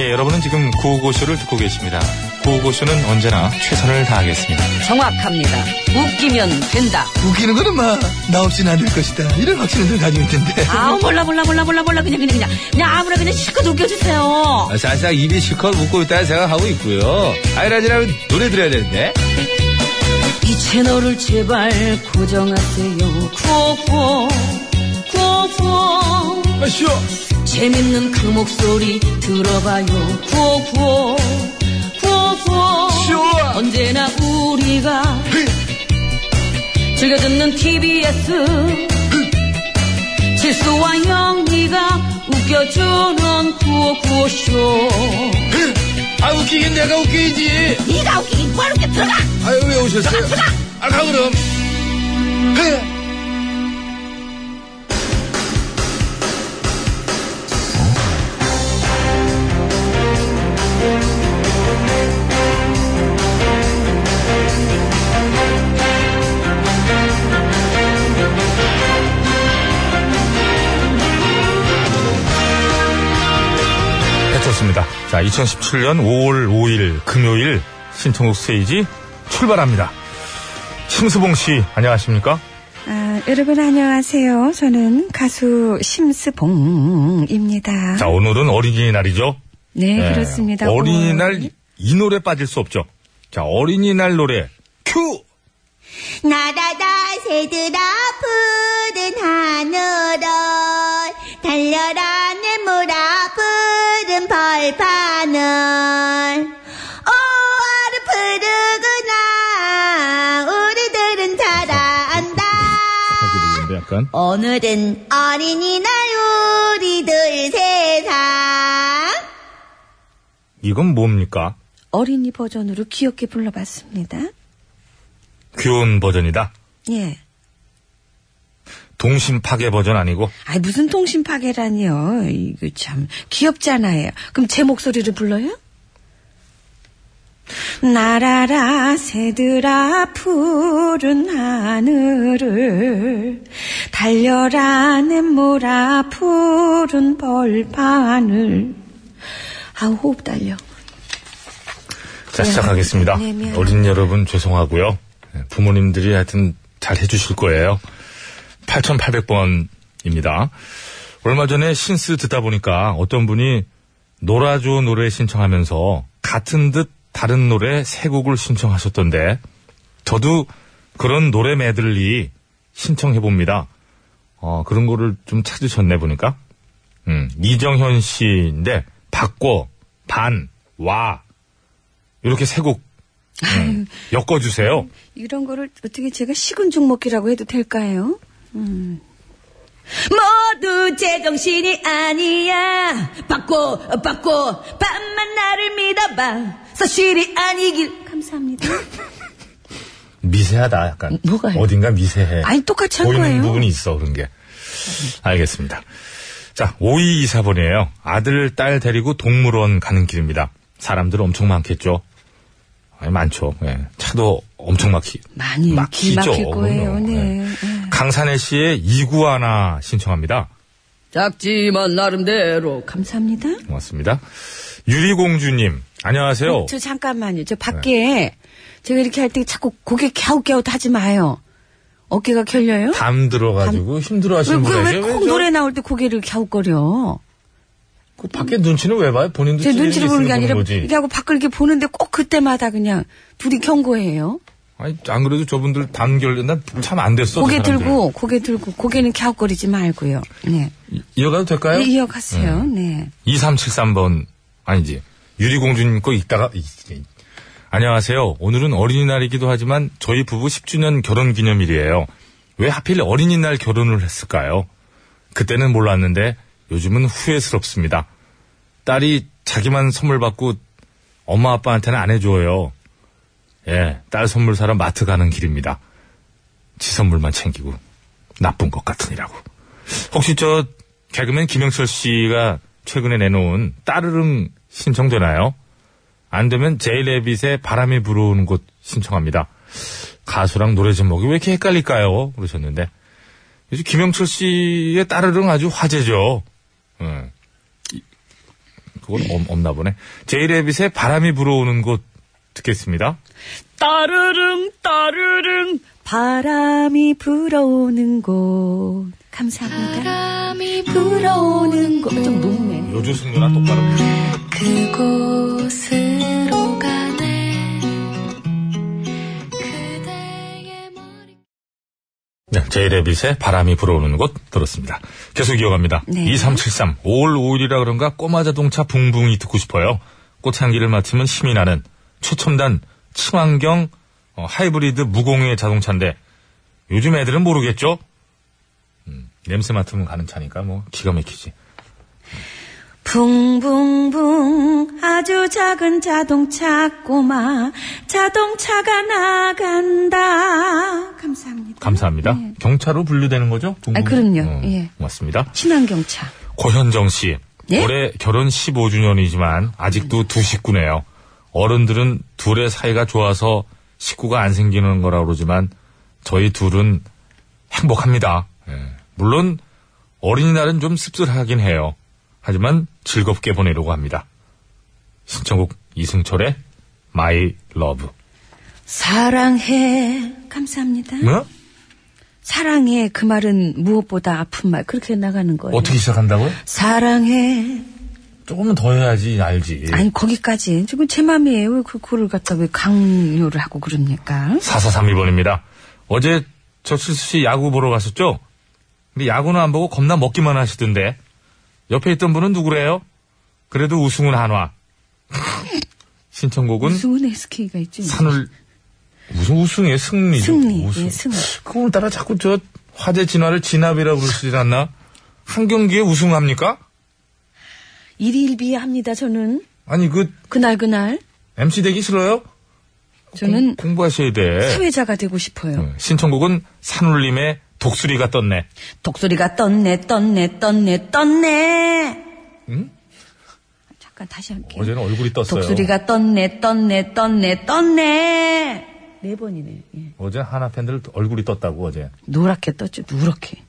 C: 예, 여러분은 지금 구호고쇼를 듣고 계십니다. 구호고쇼는 언제나 최선을 다하겠습니다.
B: 정확합니다. 웃기면 된다.
H: 웃기는 거는 마나 없이는 안 될 것이다. 이런 확신을 늘 가지고 있는데.
B: 아 몰라 몰라 몰라 몰라 몰라 그냥 그냥 그냥 그냥 아무나 그냥 실컷 웃겨주세요.
C: 아,
F: 사실상 입이 실컷 웃고 있다는 생각하고 있고요. 아이라지라면 노래 들어야 되는데.
B: 이 채널을 제발 고정하세요. 구호구호, 구호구호.
C: 아시오.
B: 재밌는 그 목소리 들어봐요. 구호구호, 구호구호. 언제나 우리가 즐겨 듣는 TBS. 실수와 영리가 웃겨주는 구호구호쇼.
F: 아 웃기긴 내가 웃기지.
G: 네가 웃기긴 뻘 웃겨 들어가.
F: 아유 왜 오셨어요? 아가 그럼. 그,
C: 해쳤습니다. 자, 2017년 5월 5일 금요일 신청곡 스테이지 출발합니다. 심수봉 씨, 안녕하십니까?
D: 아, 여러분 안녕하세요. 저는 가수 심스봉입니다.
C: 자, 오늘은 어린이날이죠?
D: 네,
C: 네.
D: 그렇습니다.
C: 어린이날 이 노래 빠질 수 없죠. 자, 어린이날 노래 큐!
A: 날아다 새들아 푸른 하늘을 달려라 네모라 푸른 벌판을 오아를 푸르구나 우리들은 잘 안다
C: 근데 약간.
A: 오늘은 어린이날 우리들 세상
C: 이건 뭡니까?
D: 어린이 버전으로 귀엽게 불러봤습니다.
C: 귀여운 버전이다.
D: 예.
C: 동심 파괴 버전 아니고.
D: 아 무슨 통신 파괴라니요. 이거 참 귀엽잖아요. 그럼 제 목소리를 불러요? 날아라 새들아 푸른 하늘을 달려라 냇모라 푸른 벌판을 아 호흡 달려
C: 자, 시작하겠습니다.
D: 네, 미안합니다.
C: 어린 여러분 죄송하고요. 네, 부모님들이 하여튼 잘 해주실 거예요. 8800번입니다. 얼마 전에 신스 듣다 보니까 어떤 분이 놀아줘 노래 신청하면서 같은 듯 다른 노래 세 곡을 신청하셨던데 저도 그런 노래 메들리 신청해봅니다. 어, 그런 거를 좀 찾으셨네 보니까. 음, 이정현 씨인데 바꿔, 반, 와, 이렇게 세 곡 네, 엮어주세요.
D: 이런 거를 어떻게 제가 식은 죽 먹기라고 해도 될까요?
B: 모두 제정신이 아니야. 바꿔, 바꿔, 밤만 나를 믿어봐. 사실이 아니길.
D: 감사합니다.
C: 미세하다 약간.
B: 뭐가요?
C: 어딘가 미세해.
B: 아니, 똑같이 한
C: 보이는
B: 거예요.
C: 부분이 있어 그런 게. 알겠습니다. 자, 5224번이에요. 아들, 딸 데리고 동물원 가는 길입니다. 사람들 엄청 많겠죠? 아니, 많죠. 예. 차도 엄청 막히.
B: 네.
D: 많이 길
C: 막히죠.
D: 막힐 거예요.
C: 그럼요.
D: 네. 예.
C: 강산혜 씨의 이구 하나 신청합니다.
B: 작지만 나름대로.
D: 감사합니다.
C: 고맙습니다. 유리공주님,
B: 어,
C: 안녕하세요.
D: 저 잠깐만요.
C: 네.
D: 저 밖에 제가 이렇게 할 때 자꾸 고개 갸웃갸웃 하지 마요. 어깨가 결려요?
C: 담 들어가지고 힘들어
D: 왜, 왜,
C: 하시는 분에게
D: 왜 꼭 노래 나올 때 고개를 갸웃거려?
C: 그 밖에 눈치는 왜 봐요? 본인도
D: 제
C: 찔리는 게
D: 눈치를 보는 게
C: 있으면
D: 아니라
C: 보는
D: 이렇게 하고 밖을 이렇게 보는데 꼭 그때마다 그냥 둘이 경고해요.
C: 아니, 안 그래도 저분들 단결, 난참 안 됐어. 저
D: 고개
C: 사람들.
D: 들고 고개 들고 고개는 갸웃거리지 말고요. 네.
C: 이- 이어가도 음. 될까요?
D: 네, 이어가세요. 네.
C: 2373번, 아니지. 유리공주님 거 읽다가, 이- 이- 안녕하세요. 오늘은 어린이날이기도 하지만 저희 부부 10주년 결혼 기념일이에요. 왜 하필 어린이날 결혼을 했을까요? 그때는 몰랐는데 요즘은 후회스럽습니다. 딸이 자기만 선물 받고 엄마 아빠한테는 안 해줘요. 예, 딸 선물 사러 마트 가는 길입니다. 지 선물만 챙기고 나쁜 것 같으니라고. 혹시 저 개그맨 김영철 씨가 최근에 내놓은 따르릉 신청되나요? 안 되면 제이레빗의 바람이 불어오는 곳 신청합니다. 가수랑 노래 제목이 왜 이렇게 헷갈릴까요? 그러셨는데 요즘 김영철 씨의 따르릉 아주 화제죠. 예. 이- 그건 없- 없나 보네. 제이레빗의 바람이 불어오는 곳 듣겠습니다.
B: 따르릉, 따르릉.
D: 바람이 불어오는 곳 감사합니다.
A: 바람이 불어오는 곳
D: 좀 높네.
C: 요조승 누나 똑바로.
A: 그곳으로 가네 그대
C: 네, 제이레빗의 바람이 불어오는 곳 들었습니다. 계속 이어갑니다.
B: 네.
C: 2373 5월 5일이라 그런가 꼬마자동차 붕붕이 듣고 싶어요. 꽃향기를 맡으면 힘이 나는 최첨단 친환경 어, 하이브리드 무공해 자동차인데 요즘 애들은 모르겠죠? 음, 냄새 맡으면 가는 차니까 뭐 기가 막히지.
D: 붕붕붕 아주 작은 자동차 꼬마 자동차가 나간다. 감사합니다.
C: 감사합니다. 경차로 분류되는 거죠? 붕붕이?
B: 네.
C: 어,
B: 아, 그럼요. 예.
C: 고맙습니다.
B: 친환경차.
C: 고현정 씨.
B: 예?
C: 올해 결혼 15주년이지만 아직도 두 식구네요. 어른들은 둘의 사이가 좋아서 식구가 안 생기는 거라 그러지만 저희 둘은 행복합니다. 예. 물론 어린이날은 좀 씁쓸하긴 해요. 하지만 즐겁게 보내려고 합니다. 신청곡 이승철의 마이 러브.
B: 사랑해. 감사합니다.
C: 뭐?
B: 사랑해. 그 말은 무엇보다 아픈 말. 그렇게 나가는 거예요.
C: 어떻게 시작한다고요?
B: 사랑해.
C: 조금은 더 해야지 알지.
B: 아니, 거기까지. 지금 제 맘이에요. 왜 그- 그걸 갖다 왜 강요를 하고 그럽니까?
C: 4431번입니다. 어제 저칠수 씨 야구 보러 갔었죠? 근데 야구는 안 보고 겁나 먹기만 하시던데. 옆에 있던 분은 누구래요? 그래도 우승은 한화. 신청곡은
B: 우승은 SK가 있지.
C: 산울. 무슨 우승이에요? 승리죠.
B: 승리.
C: 우승.
B: 예, 승리.
C: 그거 오늘따라 자꾸 저 화재 진화를 진압이라 부르시지 않나? 한 경기에 우승합니까?
B: 일일비합니다, 저는.
C: 아니 그
B: 그날 그날.
C: MC 되기 싫어요?
B: 저는
C: 공, 부하셔야 돼.
B: 사회자가 되고 싶어요.
C: 어, 신청곡은 산울림의 독수리가 떴네.
B: 독수리가 떴네, 떴네, 떴네, 떴네.
C: 응?
B: 잠깐 다시 할게요.
C: 어제는 얼굴이 떴어요.
B: 독수리가 떴네, 떴네, 떴네, 떴네. 네 번이네. 예.
C: 어제 하나 팬들 얼굴이 떴다고 어제.
B: 노랗게 떴죠, 누렇게.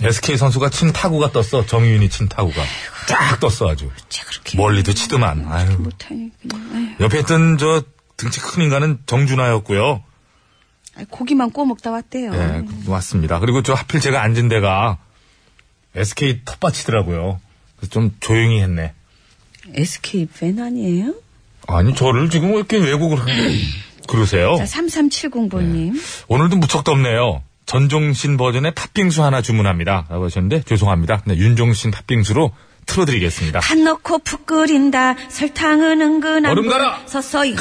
C: SK 선수가 친 타구가 떴어. 정유인이 친 타구가 쫙 떴어 아주.
B: 제가 그렇게
C: 멀리도 치더만. 아유.
B: 못하니 그냥. 아유.
C: 옆에 있던 저 등치 큰 인간은 정준하였고요.
B: 아이, 고기만 구워 먹다 왔대요.
I: 네.
C: 예,
B: 음.
C: 왔습니다. 그리고 저 하필 제가 앉은 데가 SK 텃밭이더라고요. 그래서 좀 조용히 했네.
B: SK 팬 아니에요?
C: 아니 저를 지금 왜 이렇게 왜곡을 하- 그러세요?
B: 자,
I: 네.
B: 3370번님.
C: 오늘도 무척 덥네요. 전종신 버전의 팥빙수 하나 주문합니다. 라고 하셨는데 죄송합니다. 근데 윤종신 팥빙수로 틀어드리겠습니다.
B: 팥 넣고 푹 끓인다. 설탕은 은근 안
C: 얼음
B: 불-
C: 갈아!
B: 서서히.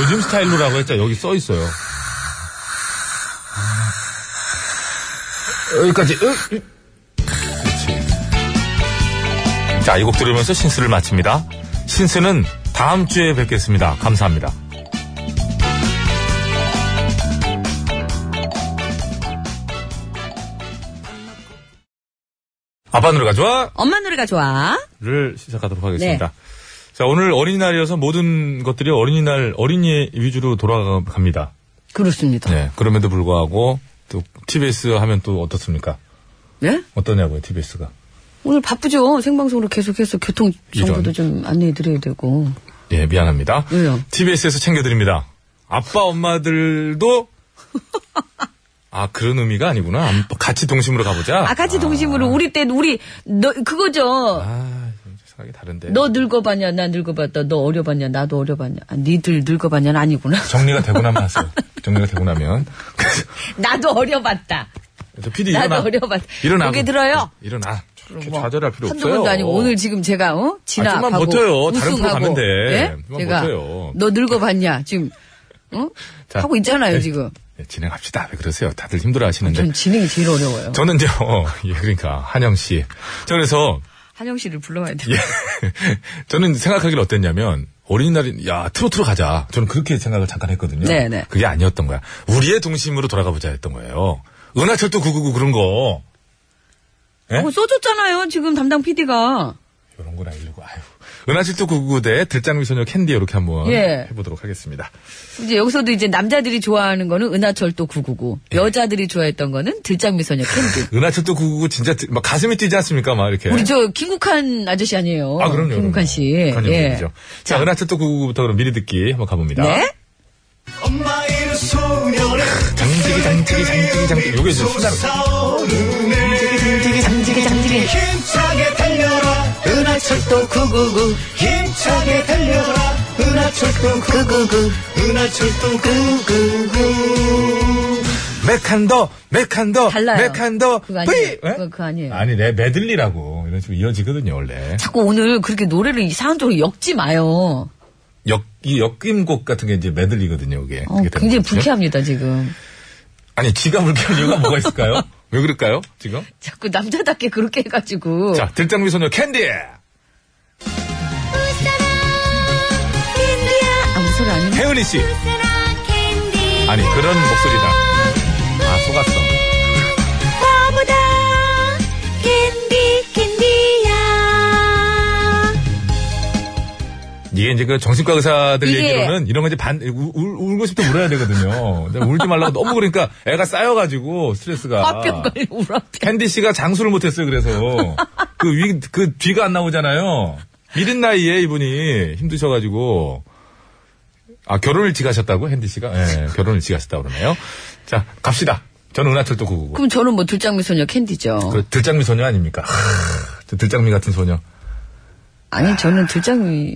C: 요즘 스타일로라고 했죠. 여기 써 있어요. 아, 여기까지. 으, 으. 그렇지. 자, 이 곡 들으면서 신스를 마칩니다. 신스는 다음 주에 뵙겠습니다. 감사합니다. 아빠 노래가 좋아?
B: 엄마 노래가 좋아.
C: 를 시작하도록 하겠습니다.
B: 네.
C: 자, 오늘 어린이날이어서 모든 것들이 어린이날, 어린이 위주로 돌아갑니다.
B: 그렇습니다.
C: 네. 그럼에도 불구하고, 또, TBS 하면 또 어떻습니까?
B: 네?
C: 어떠냐고요, TBS가.
B: 오늘 바쁘죠? 생방송으로 계속해서 교통 정보도
C: 이런.
B: 좀 안내해드려야 되고.
C: 예, 미안합니다.
B: 왜요?
C: TBS에서 챙겨드립니다. 아빠, 엄마들도, 아, 그런 의미가 아니구나. 안- 같이 동심으로 가보자.
B: 아, 같이 동심으로 우리 때 우리 너 그거죠.
C: 아, 생각이 다른데.
B: 너 늙어봤냐? 나 늙어봤다. 너 어려봤냐? 나도 어려봤냐? 아, 니들 늙어봤냐는 아니구나.
C: 정리가 되고 나면 하세요. 정리가 되고 나면.
B: 나도 어려봤다.
C: 저 PD
B: 나도
C: 일어나.
B: 어려봤다.
C: 일어나.
B: 고개 들어요?
C: 네,
B: 뭐
C: 일어나. 저렇게 좌절할 필요
B: 한두
C: 없어요. 아,
B: 번도 아니고 오늘 지금 제가 어 지나
C: 좀만
B: 가고
C: 버텨요. 다른 프로
B: 우승하고.
C: 가면 돼.
B: 예?
C: 좀만
B: 제가
C: 버텨요.
B: 너 늙어봤냐? 지금 어
C: 자,
B: 하고 있잖아요
C: 네.
B: 지금.
C: 예, 진행합시다. 왜 그러세요? 다들 힘들어 하시는데.
B: 전 진행이 제일 어려워요.
C: 저는요, 예, 그러니까, 한영 씨. 저 그래서,
B: 한영 씨를 불러와야 돼.
C: 예, 저는 생각하기를 어땠냐면, 어린이날이, 야, 트로트로 가자. 저는 그렇게 생각을 잠깐 했거든요.
B: 네, 네.
C: 그게 아니었던 거야. 우리의 동심으로 돌아가보자 했던 거예요. 은하철도 999 그런 거. 예?
B: 어, 써줬잖아요 지금 담당 PD가.
C: 요런 거나 읽고, 아유. 은하철도 999대 들장미 소녀 캔디 이렇게 한번
B: 예.
C: 해보도록 하겠습니다.
B: 이제 여기서도 이제 남자들이 좋아하는 거는 은하철도 999,
C: 예.
B: 여자들이 좋아했던 거는 들장미소녀 캔디.
C: 은하철도 999 진짜 드- 막 가슴이 뛰지 않습니까? 막 이렇게.
B: 우리 저 김국한 아저씨 아니에요?
C: 예. 아, 그럼요.
B: 김국한 씨.
C: 예. 자, 자, 은하철도 999부터 그럼 미리 듣기 한번 가봅니다.
B: 네.
E: 엄마의 소녀를
C: 장지기, 장지기, 장지기, 장지기. 요게 이제 수다.
E: 사오는 애
B: 장지기 장지기.
E: 힘차게 달려라 은하철도 999 힘차게 달려라 은하철도 999 은하철도 999
C: 메칸더 메칸더
B: 달라요.
C: 메칸더
B: 그거 아니에요.
C: 뿌이! 에?
B: 그거- 그거 아니에요.
C: 아니 내 메들리라고 이런 식으로 이어지거든요 원래
B: 자꾸 오늘 그렇게 노래를 이상한 쪽으로 엮지 마요.
C: 역이 역임곡 같은 게 이제 메들리거든요 이게
B: 어, 굉장히 불쾌합니다, 지금.
C: 아니 지가 불쾌한 이유가 뭐가 있을까요? 왜 그럴까요 지금?
B: 자꾸 남자답게 그렇게 해가지고.
C: 자 들장미 소녀 캔디
B: 아무 소리 아니네.
C: 혜은이 씨 아니 그런 목소리다 아 속았어
A: 바보다 캔디 캔디야
C: 이게 이제 그 정신과 의사들
B: 이게-
C: 얘기로는 이런 거 이제 반 울, 울- 울고 싶다 물어야 되거든요 근데 울지 말라고 너무 그러니까 애가 쌓여가지고 스트레스가
B: 화병
C: 아.
B: 걸리고 울었대.
C: 캔디 씨가 장수를 못했어요. 그래서 그 위 그 뒤가 안 나오잖아요. 이른 나이에 이분이 힘드셔가지고 아 결혼을 지가셨다고 캔디 씨가 예, 결혼을 지가셨다고 그러네요. 자 갑시다. 저는 은하철도 999.
B: 그럼 저는 뭐 들장미 소녀 캔디죠.
C: 그 들장미 소녀 아닙니까? 하, 저 들장미 같은 소녀.
B: 아니, 저는 들장미,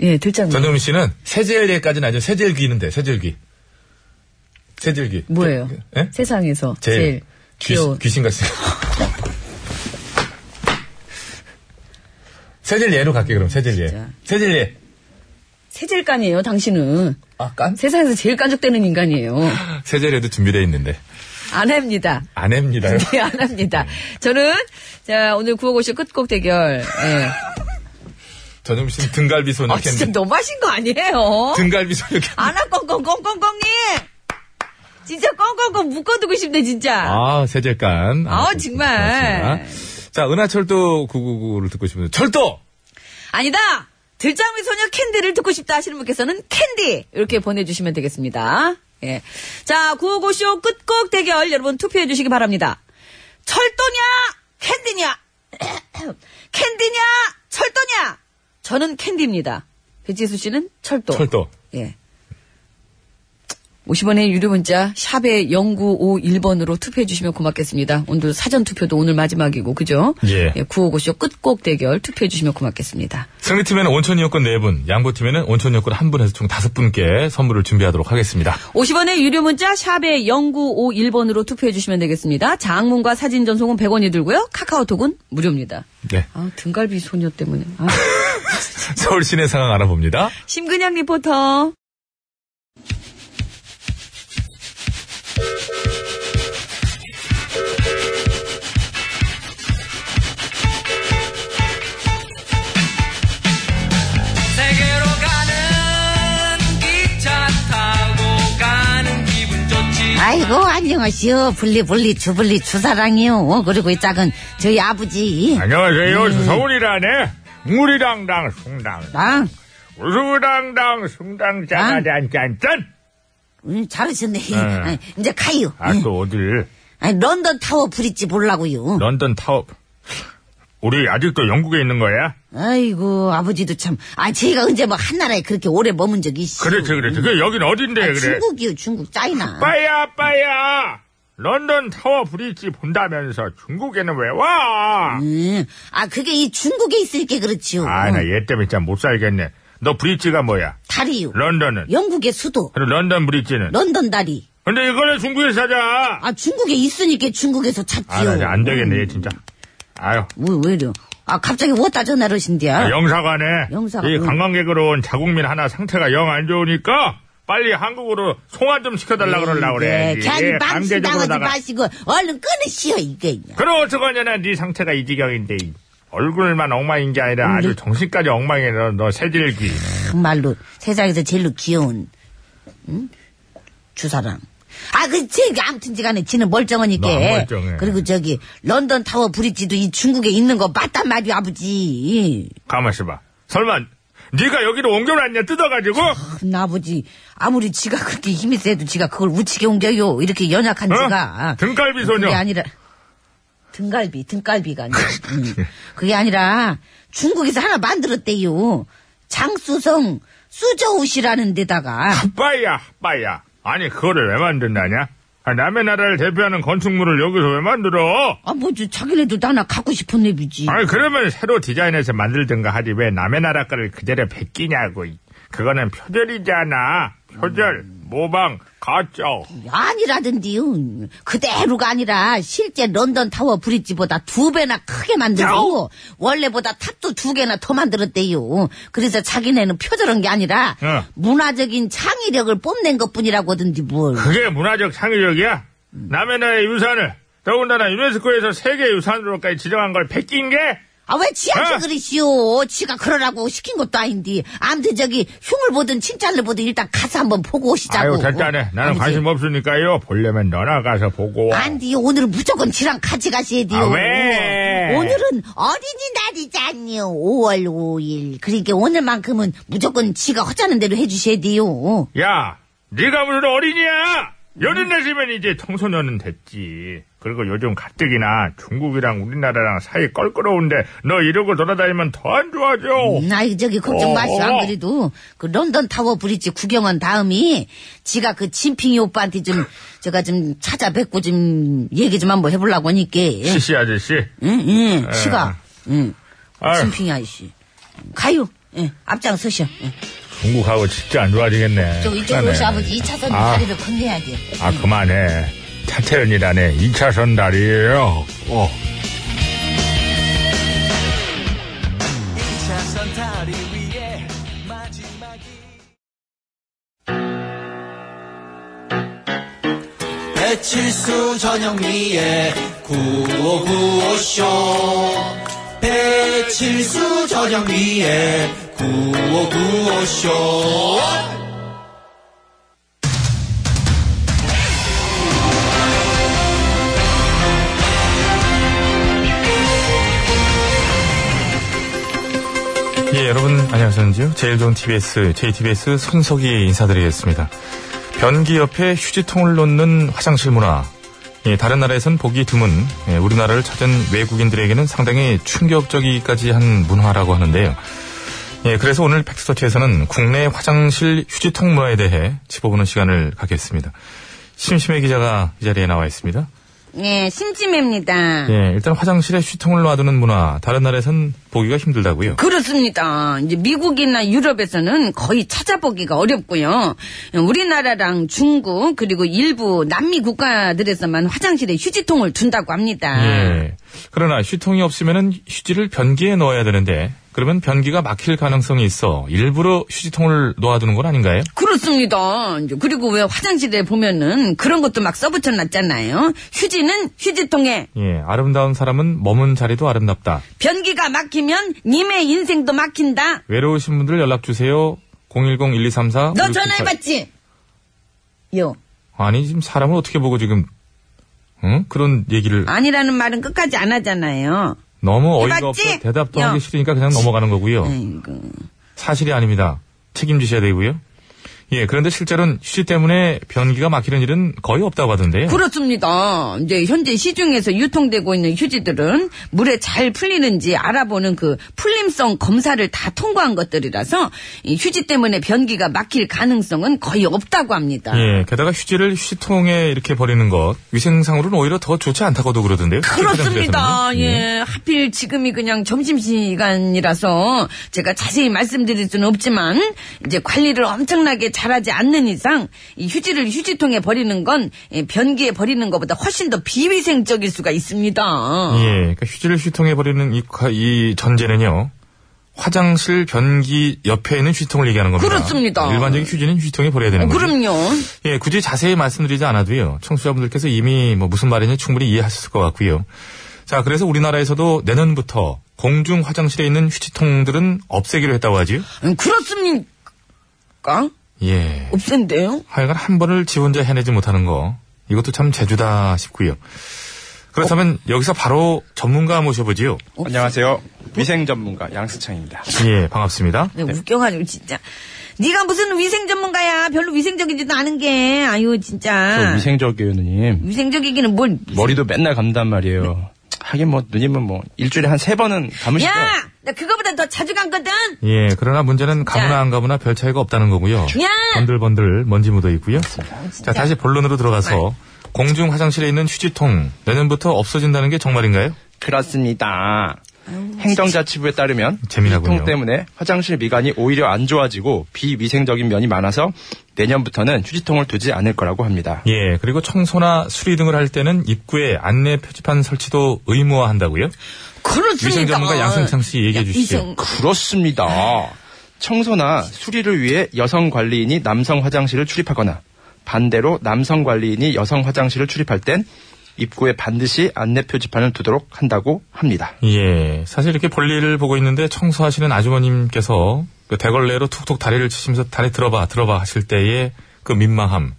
B: 예, 들장미.
C: 전영미 씨는 세젤리에까지는 아니죠. 세젤귀는데 세젤귀. 세젤귀.
B: 뭐예요?
C: 예?
B: 세상에서 제일,
C: 제일 귀,
B: 귀여운.
C: 귀신같이. 세젤리에로 갈게 그럼 세젤리에.
B: 진짜.
C: 세젤리에. 예.
B: 세질간이에요, 당신은.
C: 아 깐?
B: 세상에서 제일 깐족되는 인간이에요.
C: 세젤리에도 준비되어 있는데
B: 안 합니다.
C: 안 합니다.
B: 네, 안 합니다. 저는, 자, 오늘 구호고쇼 끝곡 대결. 예.
C: 전영미 씨는 등갈비 소녀
B: 아, 진짜
C: 캔디.
B: 너무하신 거 아니에요?
C: 등갈비 소녀 캔디.
B: 아나 꽁꽁꽁꽁꽁님! 진짜 꽁꽁꽁 묶어두고 싶네, 진짜.
C: 아 세젤간.
B: 아, 정말.
C: 고맙습니다. 자 은하철도 999를 듣고 싶은데 철도.
B: 아. 니다 들장미 소녀 캔디를 듣고 싶다 하시는 분께서는 캔디! 이렇게 보내주시면 되겠습니다. 예. 자, 구호고쇼 끝곡 대결 여러분 투표해주시기 바랍니다. 철도냐? 캔디냐? 캔디냐? 철도냐? 저는 캔디입니다. 배지수 씨는
C: 철도.
B: 예. 50원의 유료 문자 샵에 0951번으로 투표해 주시면 고맙겠습니다. 오늘 사전 투표도 오늘 마지막이고 그죠?
C: 예.
B: 955쇼 끝곡 대결 투표해 주시면 고맙겠습니다.
C: 승리팀에는 온천 이용권 4분, 양보팀에는 온천 이용권 1분 해서 총 5분께 선물을 준비하도록 하겠습니다.
B: 50원의 유료 문자 샵에 0951번으로 투표해 주시면 되겠습니다. 장문과 사진 전송은 100원이 들고요. 카카오톡은 무료입니다.
C: 네.
B: 아, 등갈비 소녀 때문에. 아,
C: 서울 시내 상황 알아봅니다.
B: 심근양 리포터.
E: 세계로 가는 기차 타고 가는 기분 좋지
I: 아이고 안녕하시오 블리블리 주블리 주사랑이요 어, 그리고 이 작은 저희 아버지
C: 안녕하세요.
I: 음.
C: 서울이라네. 우리당당 숭당.
I: 랑
C: 우당당 숭당 짠짠짠짠.
I: 음, 잘하셨네
C: 네.
I: 아, 이제 가요 음.
C: 아또 그 어딜?
I: 아, 런던 타워 브릿지 보려고요
C: 런던 타워. 우리 아직도 영국에 있는 거야?
I: 아이고 아버지도 참아 제가 언제 뭐 한나라에 그렇게 오래 머문 적이 있어
C: 그렇지 그렇지. 그 여긴 어딘데
I: 아,
C: 그래?
I: 중국이요 중국 짜이나
C: 빠야 빠야. 런던 타워 브릿지 본다면서 중국에는 왜 와?
I: 음, 아 그게 이 중국에 있으니까 그렇지요
C: 아 나 얘 때문에 진짜 못 살겠네. 너 브릿지가 뭐야?
I: 다리요
C: 런던은.
I: 영국의 수도
C: 그리고 런던 브릿지는.
I: 런던 다리
C: 근데 이거는 중국에서 사자.
I: 아 중국에 있으니까 중국에서
C: 아,
I: 찾지요
C: 나 이제 안 되겠네, 얘 진짜. 아유.
I: 왜, 왜 이래 아 갑자기 뭐다 전화를 하신디야
C: 아, 영사관에
I: 네. 영사관, 음.
C: 이
I: 응.
C: 관광객으로 온 자국민 하나 상태가 영 안 좋으니까 빨리 한국으로 송환 좀
I: 예,
C: 시켜달라 그러려고
I: 네,
C: 그래.
I: 괜히 망신
C: 강제적으로
I: 당하지
C: 나가.
I: 마시고 얼른 끊으시오 이게
C: 그럼 어떡하냐, 네 상태가 이 지경인데. 이 얼굴만 엉망인 게
I: 음,
C: 아니라
I: 네.
C: 아주 정신까지 엉망이네, 너, 너 새질귀.
I: 정말로 세상에서 제일로 귀여운 응? 주사랑 아그제 아무튼 지간에 지는 멀쩡하니까
C: 너안 멀쩡해.
I: 그리고 저기 런던 타워 브릿지도 이 중국에 있는 거 맞단 말이오 아버지
C: 가만있어 봐. 설마, 네가 여기로 옮겨놨냐, 뜯어가지고?
I: 큰 아버지 아무리 지가 그렇게 힘이 세도 지가 그걸 우치게 옮겨요 이렇게 연약한
C: 어?
I: 지가
C: 등갈비 소녀.
I: 그게 아니라 등갈비 등갈비가 아니라 음. 그게 아니라 중국에서 하나 만들었대요 장수성 수저우시라는 데다가
C: 빠야, 빠야. 아니, 그거를 왜 만든다냐? 아, 남의 나라를 대표하는 건축물을 여기서 왜 만들어?
I: 아뭐 자기네들도 하나 갖고 싶은 내비지
C: 아니 그러면 새로 디자인해서 만들든가 하지 왜 남의 나라 거를 그대로 베끼냐고 그거는 표절이잖아
J: 표절, 모방, 가짜.
I: 아니라던데요. 그대로가 아니라 실제 런던 타워 브릿지보다 두 배나 크게 만들고 원래보다 탑도 두 개나 더 만들었대요. 그래서 자기네는 표절한 게 아니라
J: 어.
I: 문화적인 창의력을 뽐낸 것뿐이라고 하던지 뭘.
J: 그게 문화적 창의력이야? 남의 나라의 유산을 더군다나 유네스코에서 세계 유산으로까지 지정한 걸 베낀 게?
I: 아 왜 지한테
J: 어?
I: 그러시오? 지가 그러라고 시킨 것도 아닌데. 아무튼 저기 흉을 보든 칭찬을 보든 일단 가서 한번 보고 오시자고.
J: 아유 됐다 네 나는 관심 없으니까요 보려면 너나 가서 보고 와
I: 안돼요. 오늘은 무조건 지랑 같이 가셔야 돼요.
J: 아, 왜?
I: 오늘은 어린이날이잖요. 5월 5일. 그러니까 오늘만큼은 무조건 지가 허자는 대로 해주셔야
J: 어.
I: 돼요.
J: 야, 네가 무슨 어린이야? 여든 됐으면 이제 청소년은 됐지. 그리고 요즘 가뜩이나 중국이랑 우리나라랑 사이 껄끄러운데 너 이러고 돌아다니면 더 안 좋아져.
I: 음, 아이 저기 걱정
J: 어.
I: 마시오. 안 그래도 그 런던 타워 브릿지 구경한 다음에 지가 그 진핑이 오빠한테 좀 제가 좀 찾아뵙고 좀 얘기 좀 한번 해보려고 하니까.
J: 시시 아저씨.
I: 응, 응,
J: 예.
I: 시가. 응.
J: 아유.
I: 진핑이 아저씨. 가요. 예, 앞장 서시오. 예.
J: 중국하고 진짜 안 좋아지겠네.
I: 저 이쪽으로
J: 그러네.
I: 오시 아버지 2차선
J: 아.
I: 다리를 건너야 돼.
J: 아 그만해. 차태현이라네 2차선 다리예요. 어.
E: 배칠수 전영미의 구호구호쇼 배칠수 전영미의 구호구호쇼
C: 예, 여러분 안녕하셨는지요? 제일 좋은 TBS, JTBS 손석희 인사드리겠습니다. 변기 옆에 휴지통을 놓는 화장실 문화. 예, 다른 나라에선 보기 드문 예, 우리나라를 찾은 외국인들에게는 상당히 충격적이기까지 한 문화라고 하는데요. 예, 그래서 오늘 팩스터치에서는 국내 화장실 휴지통 문화에 대해 짚어보는 시간을 갖겠습니다. 심심해 기자가 이 자리에 나와 있습니다.
B: 예, 심지매입니다.
C: 예, 일단 화장실에 휴지통을 놔두는 문화, 다른 나라에선 보기가 힘들다고요.
B: 그렇습니다. 이제 미국이나 유럽에서는 거의 찾아보기가 어렵고요. 우리나라랑 중국 그리고 일부 남미 국가들에서만 화장실에 휴지통을 둔다고 합니다.
C: 예. 그러나 휴통이 없으면은 휴지를 변기에 넣어야 되는데 그러면 변기가 막힐 가능성이 있어 일부러 휴지통을 놓아두는 건 아닌가요?
B: 그렇습니다. 이제 그리고 왜 화장실에 보면은 그런 것도 막 써붙여 놨잖아요. 휴지는 휴지통에
C: 예. 아름다운 사람은 머문 자리도 아름답다.
B: 변기가 막히면 님의 인생도 막힌다.
C: 외로우신 분들 연락 주세요. 010-1234.
B: 너 전화해봤지? 요.
C: 아니 지금 사람을 어떻게 보고 지금 응? 그런 얘기를
B: 아니라는 말은 끝까지 안 하잖아요.
C: 너무 어이가
B: 해봤지?
C: 없어 대답도
B: 야. 네.
C: 하기 싫으니까 그냥 넘어가는 거고요. 사실이 아닙니다. 책임지셔야 되고요. 예, 그런데 실제로는 휴지 때문에 변기가 막히는 일은 거의 없다고
B: 그렇죠.
C: 하던데요.
B: 그렇습니다. 이제 현재 시중에서 유통되고 있는 휴지들은 물에 잘 풀리는지 알아보는 그 풀림성 검사를 다 통과한 것들이라서 이 휴지 때문에 변기가 막힐 가능성은 거의 없다고 합니다.
C: 예, 게다가 휴지를 휴지통에 이렇게 버리는 것 위생상으로는 오히려 더 좋지 않다고도 그러던데요.
B: 그렇습니다.
C: 화장실에서는.
B: 예. 하필 지금이 그냥 점심시간이라서 제가 자세히 말씀드릴 수는 없지만 이제 관리를 엄청나게 잘하지 않는 이상 이 휴지를 휴지통에 버리는 건 예, 변기에 버리는 것보다 훨씬 더 비위생적일 수가 있습니다.
C: 예, 그러니까 휴지를 휴지통에 버리는 이, 과- 이 전제는요. 화장실 변기 옆에 있는 휴지통을 얘기하는 겁니다.
B: 그렇습니다.
C: 일반적인 휴지는 휴지통에 버려야 되는
B: 어,
C: 거죠.
B: 그럼요.
C: 예, 굳이 자세히 말씀드리지 않아도요. 청취자분들께서 이미 뭐 무슨 말인지 충분히 이해하셨을 것 같고요. 자, 그래서 우리나라에서도 내년부터 공중 화장실에 있는 휴지통들은 없애기로 했다고 하지요.
B: 그렇습니까?
C: 예.
B: 없앤데요?
C: 하여간 한 번을 지 혼자 해내지 못하는 거 이것도 참 재주다 싶고요. 그렇다면 여기서 바로 전문가 모셔보지요.
K: 안녕하세요. 위생 전문가 양수창입니다.
C: 예, 반갑습니다.
B: 네, 웃겨가지고 진짜. 네가 무슨 위생 전문가야. 별로 위생적이지도 않은 게. 아유 진짜.
I: 네.
K: 저 위생적이에요, 누님.
B: 위생적이기는 뭘.
K: 머리도 맨날 감단 말이에요. 하긴 뭐 누님은 뭐 일주일에 한 세 번은 감으시죠.
B: 야! 나 그거보다 더 자주 감거든?
C: 예, 그러나 문제는 가무나 안 가무나 별 차이가 없다는 거고요.
B: 야!
C: 아, 번들번들 먼지 묻어 있고요. 자, 다시 네. 본론으로 들어가서 공중 화장실에 있는 휴지통 내년부터 없어진다는 게 정말인가요?
K: 그렇습니다. 행정자치부에 따르면
C: 재미나군요.
K: 통통 때문에 화장실 미간이 오히려 안 좋아지고 비위생적인 면이 많아서 내년부터는 휴지통을 두지 않을 거라고 합니다.
C: 예, 그리고 청소나 수리 등을 할 때는 입구에 안내 표지판 설치도 의무화한다고요?
K: 그렇습니다.
C: 위생 전문가 양승창 씨 얘기해 주시죠.
K: 음, 그렇습니다. 청소나 수리를 위해 여성 관리인이 남성 화장실을 출입하거나 반대로 남성 관리인이 여성 화장실을 출입할 땐 입구에 반드시 안내 표지판을 두도록 한다고 합니다.
C: 예, 사실 이렇게 볼일을 보고 있는데 청소하시는 아주머님께서 그 대걸레로 툭툭 다리를 치시면서 다리 들어봐, 들어봐 하실 때의 그 민망함.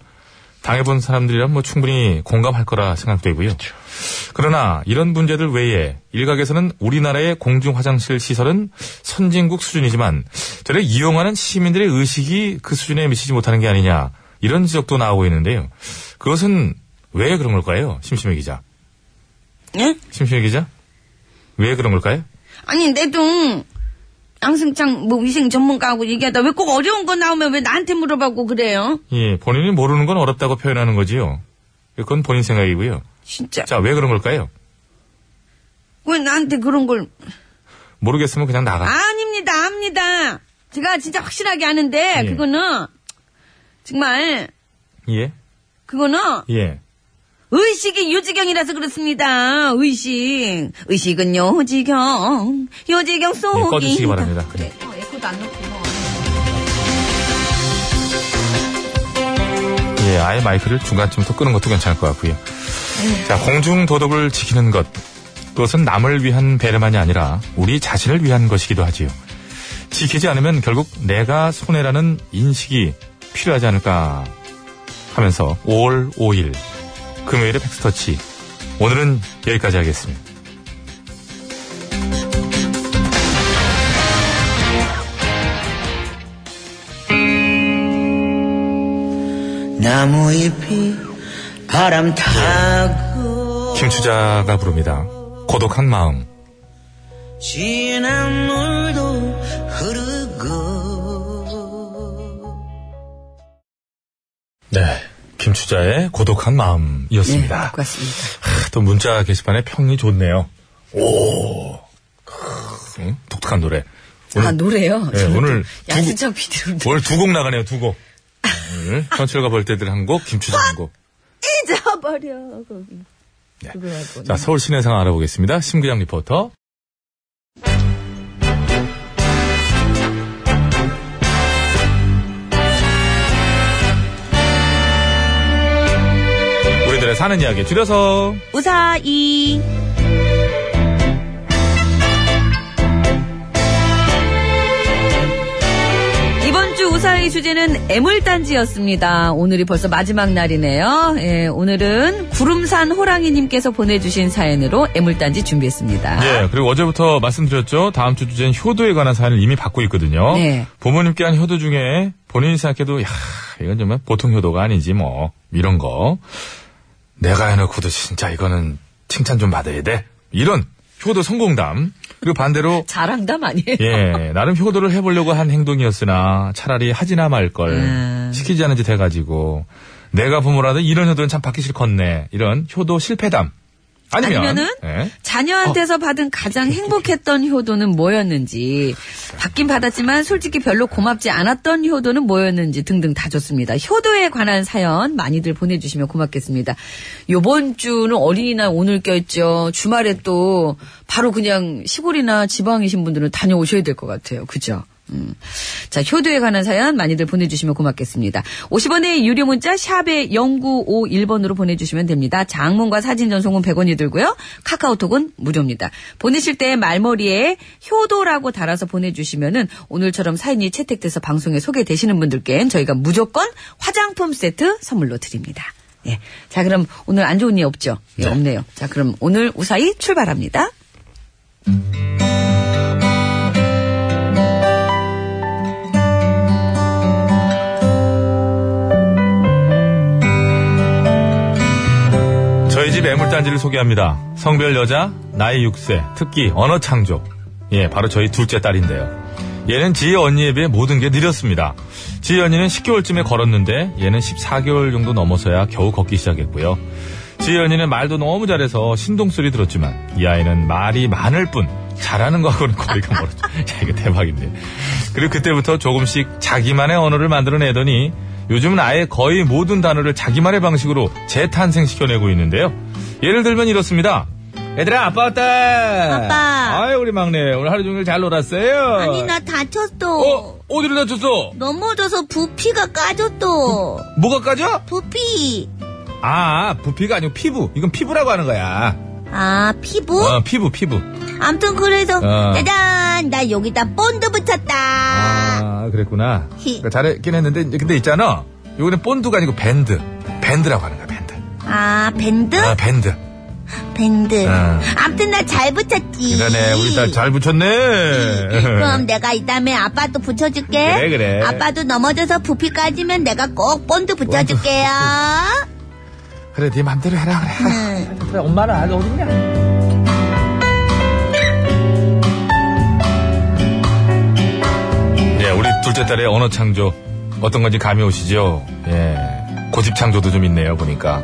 C: 당해본 사람들이라면 뭐 충분히 공감할 거라 생각되고요. 그러나 이런 문제들 외에 일각에서는 우리나라의 공중 화장실 시설은 선진국 수준이지만 저를 이용하는 시민들의 의식이 그 수준에 미치지 못하는 게 아니냐 이런 지적도 나오고 있는데요. 그것은 왜 그런 걸까요? 심심해 기자.
B: 예?
C: 심심해 기자? 왜 그런 걸까요?
B: 아니, 내도 양승창 뭐 위생 전문가하고 얘기하다 왜 꼭 어려운 거 나오면 왜 나한테 물어보고 그래요?
C: 예, 본인이 모르는 건 어렵다고 표현하는 거지요. 그건 본인 생각이고요.
B: 진짜.
C: 자, 왜 그런 걸까요?
B: 왜 나한테 그런 걸.
C: 모르겠으면 그냥 나가.
B: 아닙니다, 압니다. 제가 진짜 확실하게 아는데,
C: 예.
B: 그거는, 정말,
C: 예,
B: 그거는,
C: 예.
B: 의식이 요지경이라서 그렇습니다. 의식. 의식은 요지경. 요지경
C: 예,
B: 속이. 네.
C: 꺼주시기 바랍니다.
B: 어, 에코도 안 넣고.
C: 예, 아예 마이크를 중간쯤부터 끄는 것도 괜찮을 것 같고요. 자, 공중 도덕을 지키는 것. 그것은 남을 위한 배려만이 아니라 우리 자신을 위한 것이기도 하지요. 지키지 않으면 결국 내가 손해라는 인식이 필요하지 않을까 하면서 5월 5일 금요일의 팩스터치. 오늘은 여기까지 하겠습니다.
E: 나무잎이 바람 타고
C: 김추자가 부릅니다. 고독한 마음.
E: 진한 물도 흐르고
C: 네. 김추자의 고독한 마음이었습니다.
B: 아,
L: 예, 고맙습니다.
C: 하, 또 문자 게시판에 평이 좋네요. 오. 크, 응? 독특한 노래.
L: 아, 노래요?
C: 예,
L: 저는
C: 오늘
L: 또
C: 두
L: 양승창 PD로.
C: 오늘 두 곡 나가네요, 두 곡. 오늘 현철과 벌떼들 한 곡, 김추자 한 곡.
B: 아,
C: 네.
B: 잊어버려.
C: 자, 서울 시내 상황 알아보겠습니다. 심근양 리포터. 우리들의 사는 이야기 줄여서
B: 우사이. 이번 주 우사의 주제는 애물단지였습니다. 오늘이 벌써 마지막 날이네요. 예, 오늘은 구름산 호랑이님께서 보내주신 사연으로 애물단지 준비했습니다.
C: 예, 그리고 어제부터 말씀드렸죠. 다음 주 주제는 효도에 관한 사연을 이미 받고 있거든요.
B: 네.
C: 부모님께 한 효도 중에 본인이 생각해도 야, 이건 정말 보통 효도가 아니지 뭐 이런 거 내가 해놓고도 진짜 이거는 칭찬 좀 받아야 돼. 이런 효도 성공담. 그리고 반대로
B: 자랑담 아니에요?
C: 예, 나름 효도를 해보려고 한 행동이었으나 차라리 하지나 말걸
B: 음.
C: 시키지 않은 짓 해가지고 내가 부모라도 이런 효도는 참 받기 싫겠네. 이런 효도 실패담. 아니면
B: 아니면은?
C: 예.
B: 자녀한테서 받은 가장 행복했던 효도는 뭐였는지, 받긴 받았지만 솔직히 별로 고맙지 않았던 효도는 뭐였는지 등등 다 좋습니다. 효도에 관한 사연 많이들 보내주시면 고맙겠습니다. 요번 주는 어린이날 오늘 껴있죠. 주말에 또 바로 그냥 시골이나 지방이신 분들은 다녀오셔야 될 것 같아요. 그죠? 음. 자, 효도에 관한 사연 많이들 보내주시면 고맙겠습니다. 50원의 유료 문자 샵에 0951번으로 보내주시면 됩니다. 장문과 사진 전송은 100원이 들고요. 카카오톡은 무료입니다. 보내실 때 말머리에 효도라고 달아서 보내주시면은 오늘처럼 사연이 채택돼서 방송에 소개되시는 분들께는 저희가 무조건 화장품 세트 선물로 드립니다. 예. 자, 그럼 오늘 안 좋은 일 없죠? 예, 없네요. 자, 그럼 오늘 우사히 출발합니다.
C: 저희 집 애물단지를 소개합니다. 성별 여자, 나이 6세, 특기 언어 창조. 예, 바로 저희 둘째 딸인데요. 얘는 지혜 언니에 비해 모든 게 느렸습니다. 지혜 언니는 10개월쯤에 걸었는데 얘는 14개월 정도 넘어서야 겨우 걷기 시작했고요. 지혜 언니는 말도 너무 잘해서 신동소리 들었지만 이 아이는 말이 많을 뿐 잘하는 거하고는 거리가 멀었죠. 야, 이거 대박인데. 그리고 그때부터 조금씩 자기만의 언어를 만들어내더니 요즘은 아예 거의 모든 단어를 자기만의 방식으로 재탄생시켜내고 있는데요. 예를 들면 이렇습니다. 얘들아, 아빠 왔다!
M: 아빠.
C: 아이, 우리 막내. 오늘 하루 종일 잘 놀았어요.
M: 아니 나 다쳤어.
C: 어, 어디를 다쳤어?
M: 넘어져서 부피가 까졌어.
C: 뭐가 까져?
M: 부피.
C: 아, 부피가 아니고 피부. 이건 피부라고 하는 거야.
M: 아 피부?
C: 어, 피부, 피부.
M: 암튼 그래서
C: 어.
M: 짜잔 나 여기다 본드 붙였다.
C: 아, 그랬구나.
M: 히.
C: 그러니까 잘했긴 했는데, 이제 근데 있잖아. 요거는 본드가 아니고 밴드. 밴드라고 하는 거야, 밴드.
M: 아 밴드?
C: 아, 밴드.
M: 밴드.
C: 어.
M: 암튼 나 잘 붙였지. 음,
C: 그러네, 우리 딸 잘 붙였네.
M: 그럼 내가 이 다음에 아빠도 붙여줄게.
C: 그래, 그래.
M: 아빠도 넘어져서 부피 까지면 내가 꼭 본드 붙여줄게요.
C: 그래, 네 맘대로 해라, 그래.
F: 그래, 엄마는 아직 어딨냐?
C: 예, 우리 둘째 딸의 언어 창조 어떤 건지 감이 오시죠? 예, 고집 창조도 좀 있네요 보니까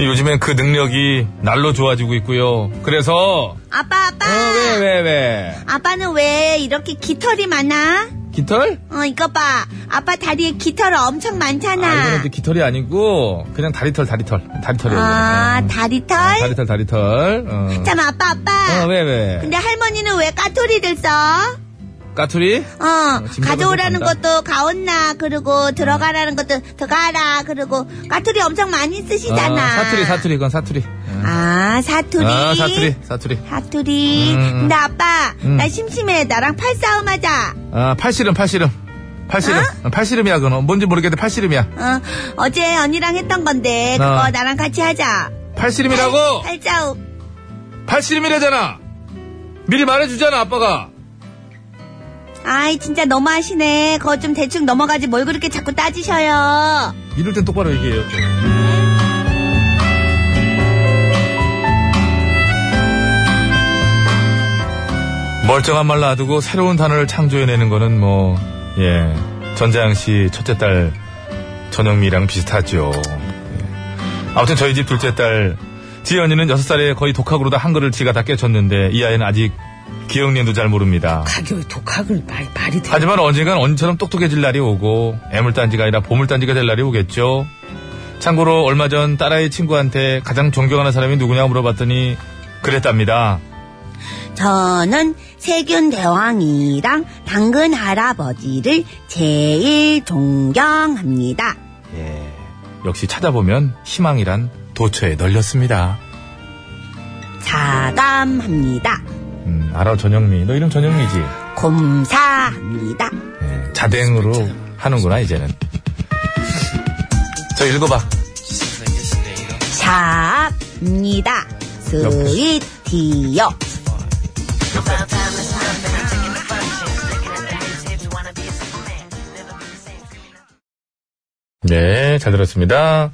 C: 요즘엔 그 능력이 날로 좋아지고 있고요. 그래서
M: 아빠 아빠.
C: 어, 왜 왜 왜?
M: 아빠는 왜 이렇게 깃털이 많아?
C: 깃털?
M: 어 이거 봐. 아빠 다리에 깃털 엄청
C: 아, 이거는
M: 많잖아.
C: 이제 깃털이 아니고 그냥 다리털 다리털 다리털이에요. 네.
M: 아, 다리털?
C: 다리털 다리털. 어.
M: 참 아빠 아빠.
C: 어, 왜 왜?
M: 근데 할머니는 왜 까투리를 써?
C: 까투리?
M: 어,
C: 아, 짐작은
M: 가져오라는
C: 못 한다.
M: 것도 가온나 그리고 들어가라는 것도 들어가라 그리고 까투리 엄청 많이 쓰시잖아.
C: 아, 사투리 사투리 그건 사투리.
M: 아, 사투리.
C: 아 사투리 사투리.
M: 사투리.
C: 음.
M: 근데 아빠,
C: 음.
M: 나 심심해. 나랑 팔싸움 하자.
C: 아 팔씨름 팔씨름 팔씨름 어, 팔씨름이야 그건 뭔지 모르겠는데 팔씨름이야.
M: 어, 어제 언니랑 했던 건데, 그거
C: 어.
M: 나랑 같이 하자.
C: 팔씨름이라고?
M: 팔, 팔싸움.
C: 팔씨름이라잖아. 미리 말해주잖아 아빠가.
M: 아이, 진짜 너무하시네. 그거 좀 대충 넘어가지 뭘 그렇게 자꾸 따지셔요.
C: 이럴 땐 똑바로 얘기해요. 멀쩡한 말 놔두고 새로운 단어를 창조해내는 거는 뭐, 예. 전자양 씨 첫째 딸 전영미랑 비슷하죠. 예. 아무튼 저희 집 둘째 딸 지연이는 여섯 살에 거의 독학으로 다 한글을 지가 다 깨쳤는데 이 아이는 아직 기억년도 잘 모릅니다.
D: 가격이 독학을 말, 말이 돼.
C: 하지만 언젠간 언니처럼 똑똑해질 날이 오고 애물단지가 아니라 보물단지가 될 날이 오겠죠. 참고로 얼마 전 딸아이 친구한테 가장 존경하는 사람이 누구냐고 물어봤더니 그랬답니다.
M: 저는 세균 대왕이랑 당근 할아버지를 제일 존경합니다.
C: 역시 찾아보면 희망이란 도처에 널렸습니다.
M: 사감합니다.
C: 음, 알아 전영미. 너 이름 전영미지? 네,
M: 곰사합니다.
C: 자댕으로 하는구나 이제는. 저 읽어봐.
M: 샵입니다. 스위티요.
C: 네, 잘 들었습니다.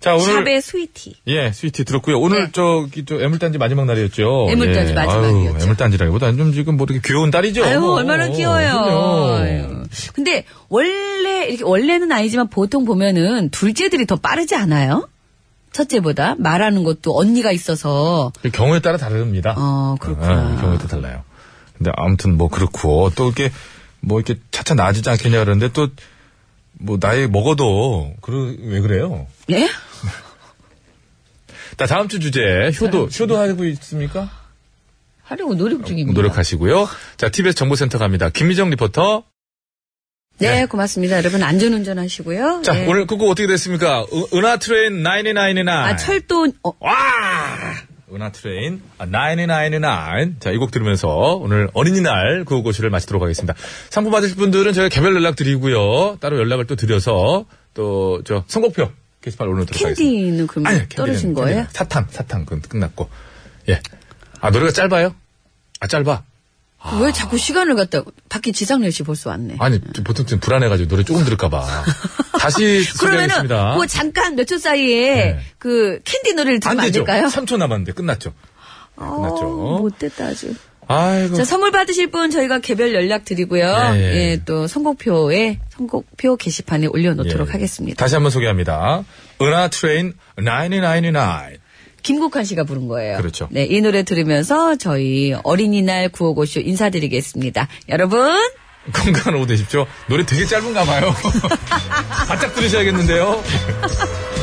C: 자 오늘
D: 샵의 스위티.
C: 예, 스위티 들었고요. 오늘 저기 저 애물단지 마지막 날이었죠.
D: 네.
C: 예.
D: 애물단지 마지막
C: 아유,
D: 날이었죠.
C: 애물단지라기보다 좀 지금 뭐 이렇게 귀여운 딸이죠.
D: 아유, 얼마나 귀여워요.
C: 그럼요.
D: 아유. 근데 원래 이렇게 원래는 아니지만 보통 보면은 둘째들이 더 빠르지 않아요? 첫째보다 말하는 것도 언니가 있어서
C: 그 경우에 따라 다릅니다. 예,
D: 어, 그렇구나.
C: 경우에 따라 달라요. 근데 아무튼 뭐 그렇고 또 이렇게 뭐 이렇게 차차 나아지지 않겠냐 그러는데 또 뭐 나이 먹어도 그러 왜 그래요?
D: 예?
C: 자 다음 주 주제 효도
D: 네.
C: 효도 하고 있습니까?
D: 하려고 노력 중입니다.
C: 어, 노력하시고요. 자 TBS 정보센터 갑니다. 김미정 리포터.
D: 네, 고맙습니다. 여러분 안전운전 하시고요.
C: 자
D: 네.
C: 오늘 끝곡 어떻게 됐습니까? 은- 은하 트레인 999.
D: 아 철도 어,
C: 은하 트레인 999. 자, 이 곡 들으면서 오늘 어린이날 구호고시를 마치도록 하겠습니다. 상품 받으실 분들은 저희가 개별 연락 드리고요. 따로 연락을 또 드려서 또 저 선곡표 게시판 올려놓도록 하겠습니다.
D: 캔디는 그럼
C: 아니요, 캔디는-
D: 떨어진 거예요?
C: 캔디는 사탕, 사탕 그건 끝났고. 예. 아, 노래가 짧아요? 아, 짧아.
D: 왜 자꾸 시간을 갖다 밖에 지상렬 씨 벌써 왔네.
C: 아니, 좀 보통 좀 불안해가지고 노래 조금 들을까봐. 다시
D: 그러면은
C: 소개하겠습니다. 네.
D: 그 잠깐 몇 초 사이에 그 캔디 노래를
C: 안
D: 들으면 안
C: 되죠?
D: 될까요? 어,
C: 3초 남았는데 끝났죠. 끝났죠.
D: 못됐다 아주.
C: 아이고.
D: 자, 선물 받으실 분 저희가 개별 연락 드리고요.
C: 예,
D: 예,
C: 예.
D: 또 선곡표에 선곡표 게시판에
C: 예.
D: 올려놓도록 하겠습니다.
C: 다시 한번 소개합니다. 은하 트레인 999.
B: 김국환 씨가 부른 거예요.
C: 그렇죠.
B: 네, 이 노래 들으면서 저희 어린이날 구호고쇼 인사드리겠습니다. 여러분,
C: 건강한 오후 되십시오. 노래 되게 짧은가 봐요. 바짝 들으셔야겠는데요.